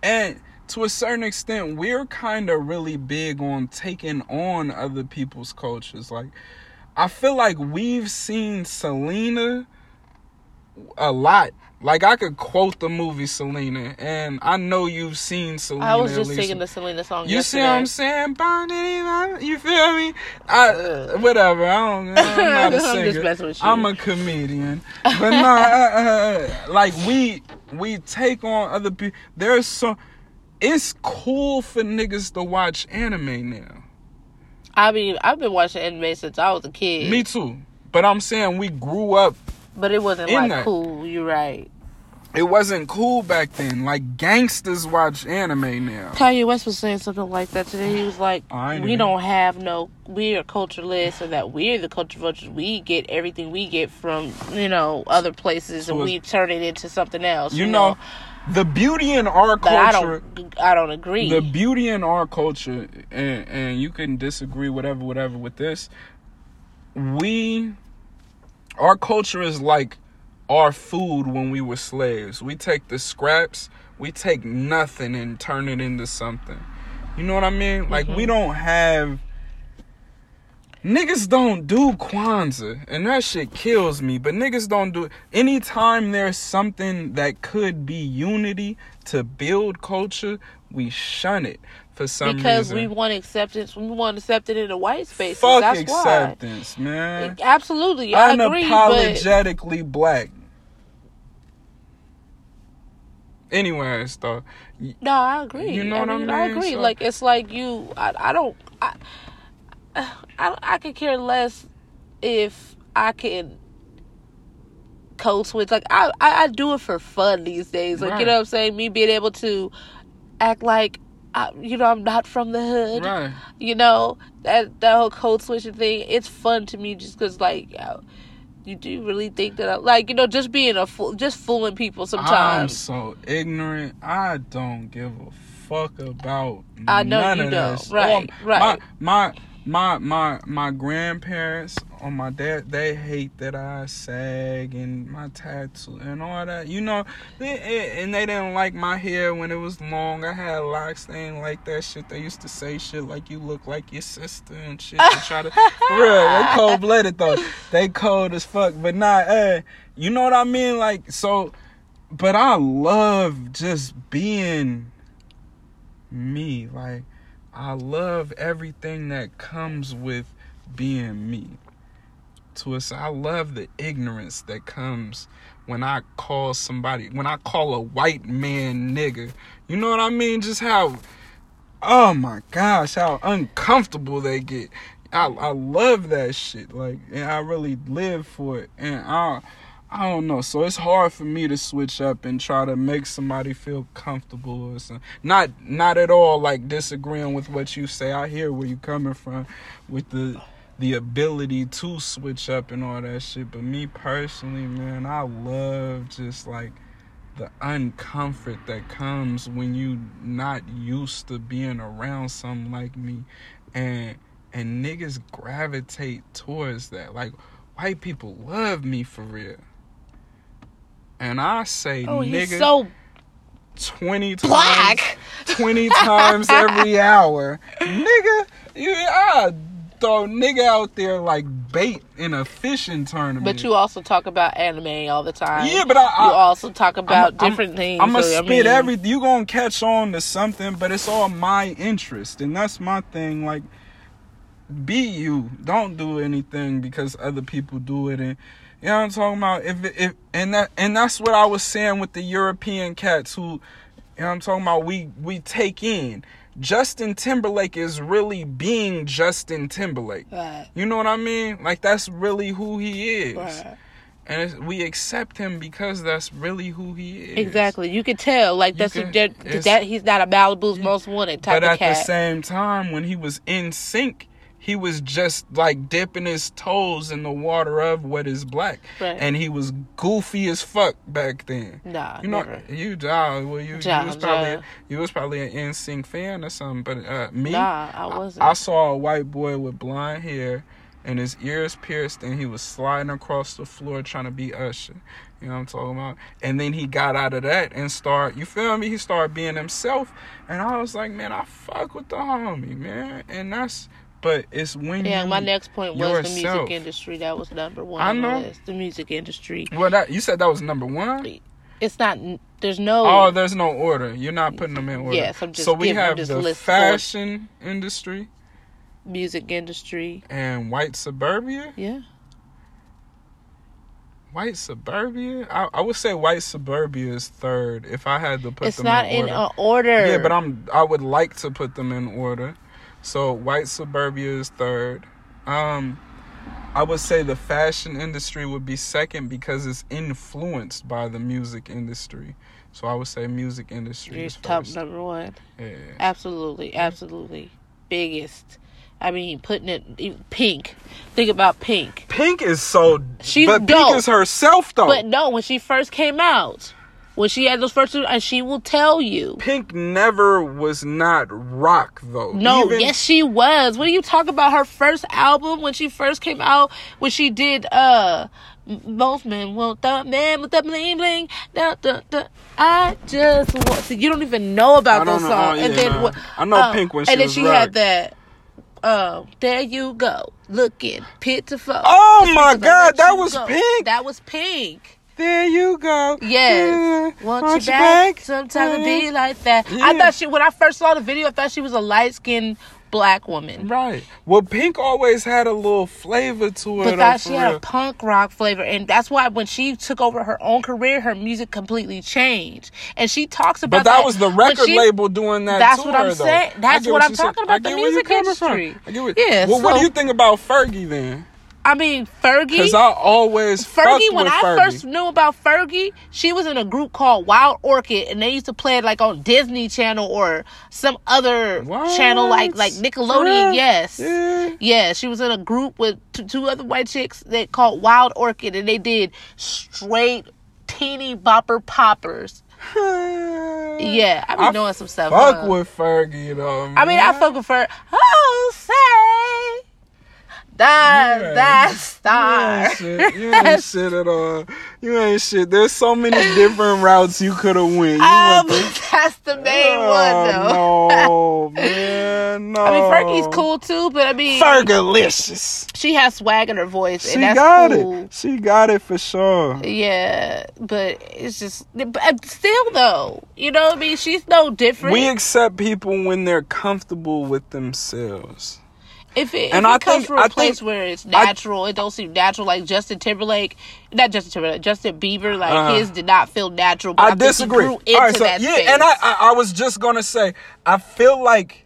And to a certain extent, we're kind of really big on taking on other people's cultures. Like I feel like we've seen Selena a lot. Like I could quote the movie Selena, and I know you've seen Selena. I was at just least. singing the Selena song. You see yesterday. what I'm saying? Bonnie, Bonnie, You feel me? I uh, whatever. I don't. I'm not a I'm just singer. messing with you. I'm a comedian. But no, uh, uh, like we we take on other people. There's so it's cool for niggas to watch anime now. I mean, I've been watching anime since I was a kid. Me too. But I'm saying we grew up. But it wasn't In like that. cool. You're right. It wasn't cool back then. Like gangsters watch anime now. Kanye West was saying something like that today. He was like, I ain't "We even- don't have no. We are cultureless, or that we're the culture vultures. We get everything we get from you know other places, So and it's- we turn it into something else. You know, the beauty in our but culture. I don't. I don't agree. the beauty in our culture and, and you can disagree whatever whatever with this we our culture is like our food when we were slaves we take the scraps we take nothing and turn it into something you know what i mean like we don't have Niggas don't do Kwanzaa, and that shit kills me. But niggas don't do anytime there's something that could be unity to build culture, we shun it for some because we reason. want acceptance. We want accepted in the white spaces. fuck That's acceptance, why. man. Absolutely, I agree. But Unapologetically black. Anyways, though, y- no, I agree. You know I what I mean, mean? I agree. So- Like it's like you. I, I don't. I, I I could care less if I can code switch. Like I, I I do it for fun these days. Like Right. you know what I'm saying. Me being able to act like. I, you know, I'm not from the hood. right? you know that that whole code switching thing it's fun to me just because like yo, you do really think that I, like you know just being a fool just fooling people I'm sometimes so ignorant. I don't give a fuck about. I know none you of don't. This. Right, right. My my my my my grandparents on my dad they hate that I sag and my tattoo and all that. You know, they- eh, and they didn't like my hair when it was long. I had locks. They didn't like that shit. They used to say shit like you look like your sister and shit. They try to real. They cold blooded though. They cold as fuck. But nah, eh. You know what I mean? Like so but I love just being me. Like I love everything that comes with being me. To us, I love the ignorance that comes when I call somebody, when I call a white man nigga. You know what I mean? Just how, oh my gosh, how uncomfortable they get. I, I love that shit. Like, and I really live for it. And I, I don't know. So it's hard for me to switch up and try to make somebody feel comfortable or something. Not not at all like disagreeing with what you say. I hear where you coming from with the the ability to switch up and all that shit. But me personally, man, I love just like the uncomfort that comes when you not used to being around something like me and and niggas gravitate towards that. Like white people love me for real. And I say oh he's nigga so twenty times black twenty times every hour. Nigga, you I throw nigga out there like bait in a fishing tournament. but you also talk about anime all the time Yeah, but I- I- you also talk about I'm- different things I'm gonna so, I spit mean, everything. You gonna catch on to something, but it's all my interest, and that's my thing. Like, be you. Don't do anything because other people do it, and you know what I'm talking about. If if and that and that's what I was saying with the European cats who, you know what I'm talking about. We we take in. Justin Timberlake is really being Justin Timberlake. right, You know what I mean? Like that's really who he is, right. and it's, we accept him because that's really who he is. exactly you can tell like that's can- a, that, it's- that he's not a malibu's You- most wanted type But of at the cat same time, when he was in sync, he was just like dipping his toes in the water of what is black, Right. and he was goofy as fuck back then. nah You know, never. you die. Well, you, Ja, you was probably ja. you was probably an in sync fan or something. But uh, me, nah i wasn't I saw a white boy with blonde hair and his ears pierced and he was sliding across the floor trying to be Usher. You know what I'm talking about? And then he got out of that and start you feel me? He started being himself and I was like, Man, I fuck with the homie, man. And that's But it's when Yeah, you my next point was the yourself. music industry. That was number one. I on the know. list, the music industry. Well, that you said that was number one. It's not. There's no. Oh, there's no order. You're not putting them in order. Yes, I'm just so we giving- I'm have just the listing. fashion industry music industry. and white suburbia. Yeah. White suburbia. I, I would say white suburbia is third if I had to put it's them not in in order. a order. Yeah, but I'm I would like to put them in order. So white suburbia is third. Um I would say the fashion industry would be second because it's influenced by the music industry. So I would say music industry You're is top first. number one. Yeah. Absolutely, absolutely. Biggest. I mean, putting it even pink. Think about pink. Pink is so She's but dope. Pink is herself though. But no, when she first came out, when she had those first two, and she will tell you. Pink never was not rock though. No, Even- yes, she was. What do you talk about her first album when she first came out? When she did, uh, M- both men want the man with the bling bling. Da, da, da. I just want. See, you don't even know I about don't those know. songs. Oh, and yeah, then nah. what? I know uh, Pink when she And then was she rock. had that. Uh, there you go, looking pitiful. Oh my Pitiful, God, let that you was go. Pink. That was pink. There you go. Yes. Yeah. Want, Want you back? back? Sometimes it Yeah. be like that. Yeah. I thought she when I first saw the video, I thought she was a light skinned black woman. Right. Mm-hmm. Well, Pink always had a little flavor to it. But though, that for she had real. a punk rock flavor, and that's why when she took over her own career, her music completely changed. And she talks about But that was the when record she- label doing that. That's to what I'm her, though. saying. I That's get what I'm you said. talking about, I the get where you music coming from. industry. I get what, Yeah, Well, what do so- you think about Fergie then? I mean, Fergie. Because I always Fergie, fucked when with I Fergie. first knew about Fergie, she was in a group called Wild Orchid, and they used to play it like on Disney Channel or some other What? channel like like For real? Nickelodeon. Yes, Yeah. yeah, she was in a group with t- two other white chicks that called Wild Orchid, and they did straight teeny bopper poppers. Yeah, I be I knowing some stuff. Fuck huh? with Fergie though. Man. I mean, I fuck with her. Oh, say that Yeah. that You star. ain't shit. You ain't shit at all. You ain't shit. There's so many different routes you could have went. You Um, went the that's the main one though. Oh, no, man, no. I mean, Oh. Fergie's cool too, but I mean, Fergalicious. she has swag in her voice, She and that's got cool. it. She got it for sure. Yeah, but it's just, but uh, still though, you know what I mean? She's no different. We accept people when they're comfortable with themselves. if it, and if it I comes think- from I a think- place where it's natural, it don't seem natural. Like Justin Timberlake, not Justin Timberlake, Justin Bieber, like Uh-huh. his did not feel natural. But I, I, think he disagree. grew All into right, so that yeah, space. and I, I I was just gonna say I feel like,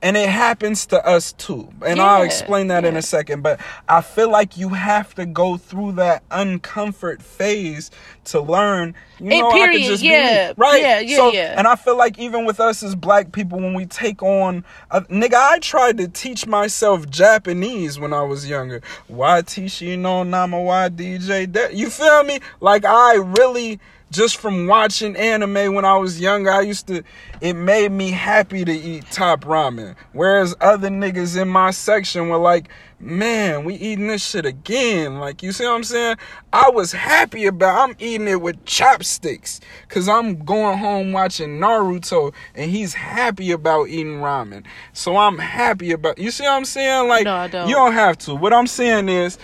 and it happens to us too, and I'll Yeah, explain that in a second. But I feel like you have to go through that uncomfort phase to learn. You Eh, know, I could period, just yeah, be me, right. yeah, yeah, so, yeah. And I feel like even with us as black people, when we take on, a, nigga, I tried to teach myself Japanese when I was younger. Why tishi no nama wa DJ? de- You feel me? Like I really just from watching anime when I was younger, I used to. It made me happy to eat top ramen. Whereas other niggas in my section were like, "Man, we eating this shit again." Like you see what I'm saying? I was happy about. I'm eating it with chopsticks because I'm going home watching Naruto, and he's happy about eating ramen. So I'm happy about. You see what I'm saying? Like No, I don't. you don't have to. What I'm saying is,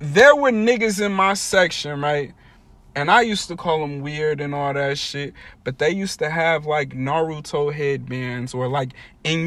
there were niggas in my section, right? And I used to call them weird and all that shit, but they used to have like Naruto headbands or like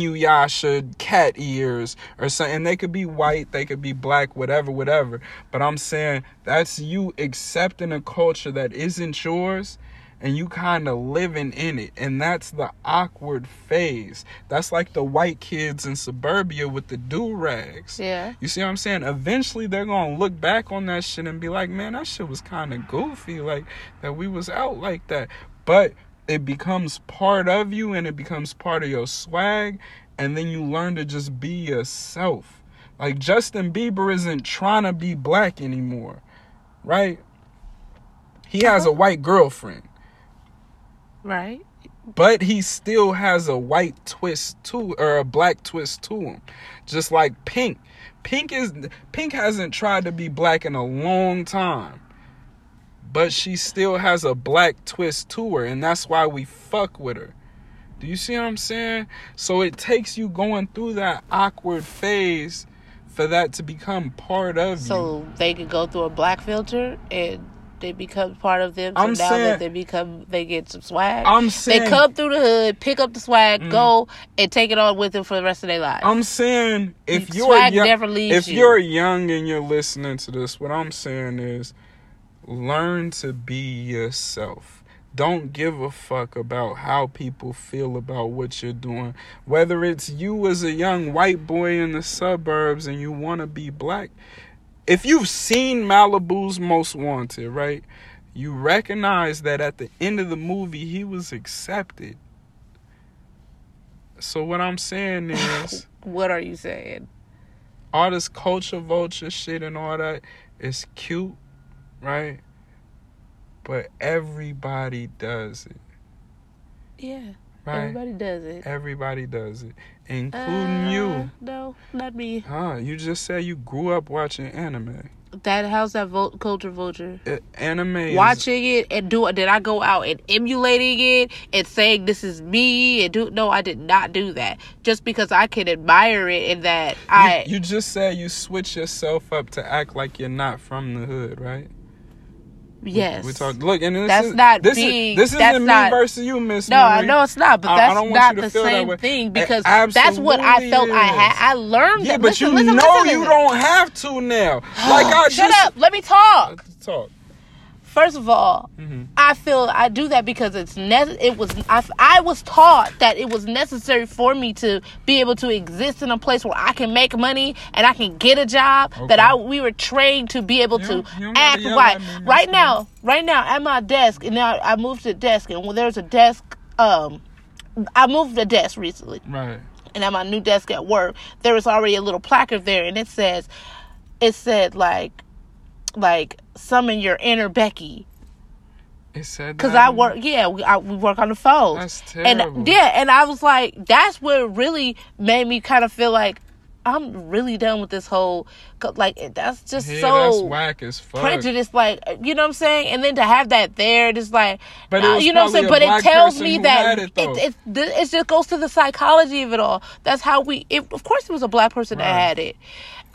Inuyasha cat ears or something. And they could be white, they could be black, whatever, whatever. But I'm saying that's you accepting a culture that isn't yours and you kind of living in it and that's the awkward phase that's like the white kids in suburbia with the do-rags yeah, you see what I'm saying? Eventually they're gonna look back on that shit and be like, man, that shit was kinda goofy, like that we was out like that. But it becomes part of you and it becomes part of your swag, and then you learn to just be yourself. Like Justin Bieber isn't trying to be black anymore, right? He has a white girlfriend, right. but he still has a white twist to or a black twist to him. Just like Pink. Pink is Pink hasn't tried to be black in a long time. But she still has a black twist to her and that's why we fuck with her. Do you see what I'm saying? So it takes you going through that awkward phase for that to become part of you. So they could go through a black filter and they become part of them. So I'm now saying- that they become, they get some swag. I'm they saying Mm-hmm. come through the hood, pick up the swag, go and take it on with them for the rest of their lives. I'm saying if you're Swag young, never leaves if you. you're young and you're listening to this, what I'm saying is learn to be yourself. Don't give a fuck about how people feel about what you're doing. Whether it's you as a young white boy in the suburbs and you want to be black, if you've seen Malibu's Most Wanted, right? You recognize that at the end of the movie he was accepted. So what I'm saying is what are you saying? all this culture vulture shit and all that is cute, right? But everybody does it, Yeah, right? everybody Uh. does it. Everybody does it, including you. No, not me. Huh? You just said you grew up watching anime. That how's that vul- culture vulture? Uh, anime. Is, Watching it and do did I go out and emulating it and saying this is me and do no I did not do that just because I can admire it and that I you, you just said you switch yourself up to act like you're not from the hood, right? yes We talk. Look, and this That's is, not this being- Is, this that's isn't not- me versus you, Miss. No, I Marie. know it's not, but I- I that's don't want not you to the feel that same way. thing It because that's what I absolutely felt I had. is. I learned Yeah, that. but listen, you listen, know listen, you listen. don't have to now. Like I Shut just up. Let me talk. talk. First of all, Mm-hmm. I feel I do that because it's ne- it was I, I was taught that it was necessary for me to be able to exist in a place where I can make money and I can get a job that Okay. I we were trained to be able You to don't- you don't gotta act yell right. at me, Miss Right Mary. now, right now at my desk and now I moved to the desk and when there's a desk um I moved the desk recently Right. and at my new desk at work, there was already a little placard there, and it says, it said like, like summon your inner Becky, It said because that I in- work, yeah, we I, we work on the phone. That's terrible. And yeah, and I was like, that's what really made me kind of feel like I'm really done with this whole, 'cause, like eh, that's just Yeah, that's so. whack as fuck. Prejudice, like eh, you know what I'm saying, and then to have that there, just like But it nah, was you know what I'm saying. But probably a it black tells person me who that had it, it, though. it, it, just goes to the psychology of it all. That's how we. It, of course, it was a black person that Right. had it.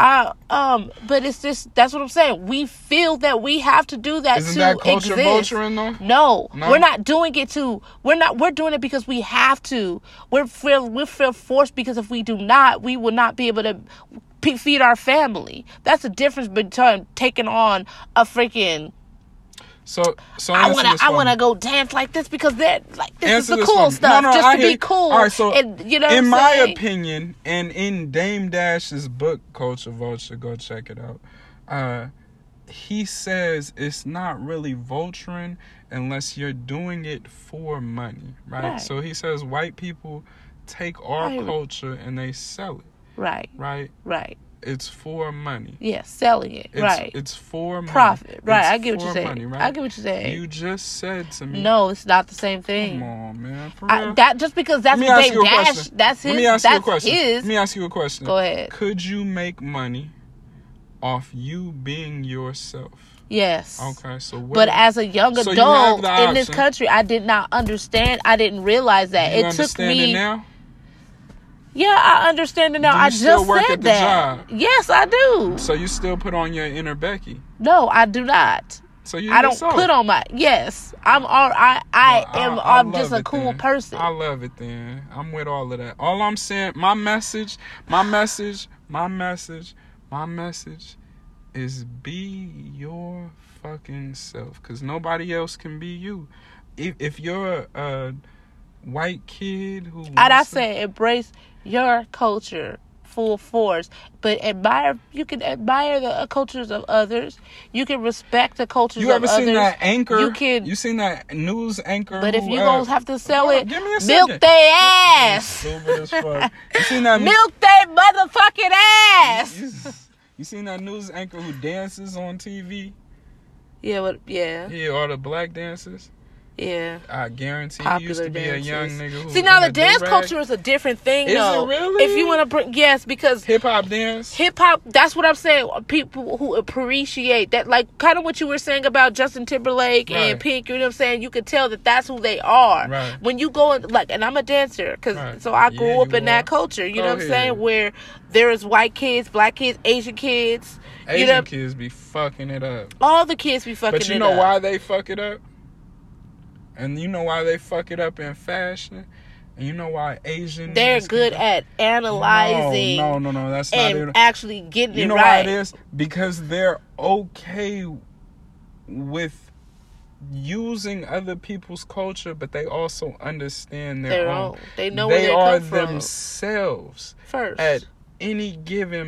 I, um, but it's just that's what I'm saying. We feel that we have to do that Isn't to that culture exist. vulturing though? No, No? we're not doing it to. We're not. We're doing it because we have to. We're feel we feel forced because if we do not, we will not be able to pe feed our family. That's the difference between taking on a freaking. So, so I answer wanna, this I for wanna me. go dance like this because that, like this Answer is the for cool me. stuff, No, no, just I to hear- be cool. All right, so and you know, what in I'm my saying? opinion, and in Dame Dash's book, Culture Vulture, go check it out. Uh, he says it's not really vulturing unless you're doing it for money, right? Right. So he says white people take our Right. culture and they sell it, right, right? right, It's for money. yeah, selling it, It's, right, It's for money. profit, right. It's I get what you're for saying. money, right? I get what you're saying. You just said to me. no, it's not the same thing. Come on, man. For I, real. that just because that's Let me what ask Dave you a Dash. question. That's his. Let me ask that's you a question. his. Let me ask you a question. Go ahead. Could you make money off you being yourself? Yes. Okay, so what? But as a young So you adult have the in this option. country, I did not understand. I didn't realize that. you it took understand me. it now. Yeah, I understand it now. Do you I still just work said at the that. job? Yes, I do. So you still put on your inner Becky. No, I do not. So you. I don't yourself. put on my. Yes, I'm all. I I Well, am. I- I I'm just love a it cool then. person. I love it then. I'm with all of that. All I'm saying, my message, my message, my message, my message is be your fucking self cuz nobody else can be you. If if you're a, a white kid who And I wants to- say embrace your culture full force, but admire. You can admire the uh, cultures of others. You can respect the cultures you of ever others. seen that anchor? You can. You seen that news anchor? but if who, you uh, gonna have to sell hold on, it, give me a milk second. they ass. Stupid as fuck. You seen that Milk they motherfucking ass. You, you seen that news anchor who dances on TV? Yeah, but yeah, Yeah, all the black dancers. Yeah. I guarantee you used Popular to be dances. a young nigga who See now in the a dance do-rag. culture is a different thing Is it though. really? If you want to bring yes, because hip hop dance. hip hop. That's what I'm saying. People who appreciate that, like kind of what you were saying about Justin Timberlake Right. and Pink. You know what I'm saying? You could tell that that's who they are. Right. When you go in, like, and I'm a dancer, cause Right. so I grew Yeah, up you in that are. culture. You Go know what I'm ahead. saying? Where there is white kids, black kids, Asian kids. Asian you know, kids be fucking it up. all the kids be fucking. But you it know up. why they fuck it up? And you know why they fuck it up in fashion? And you know why Asian They're niggas good can- at analyzing No, no, no, no. That's not and it. actually getting You know it why right. it is? Because they're okay with using other people's culture, but they also understand their, Their own. own. They know Um, they where they are come from themselves first. at any given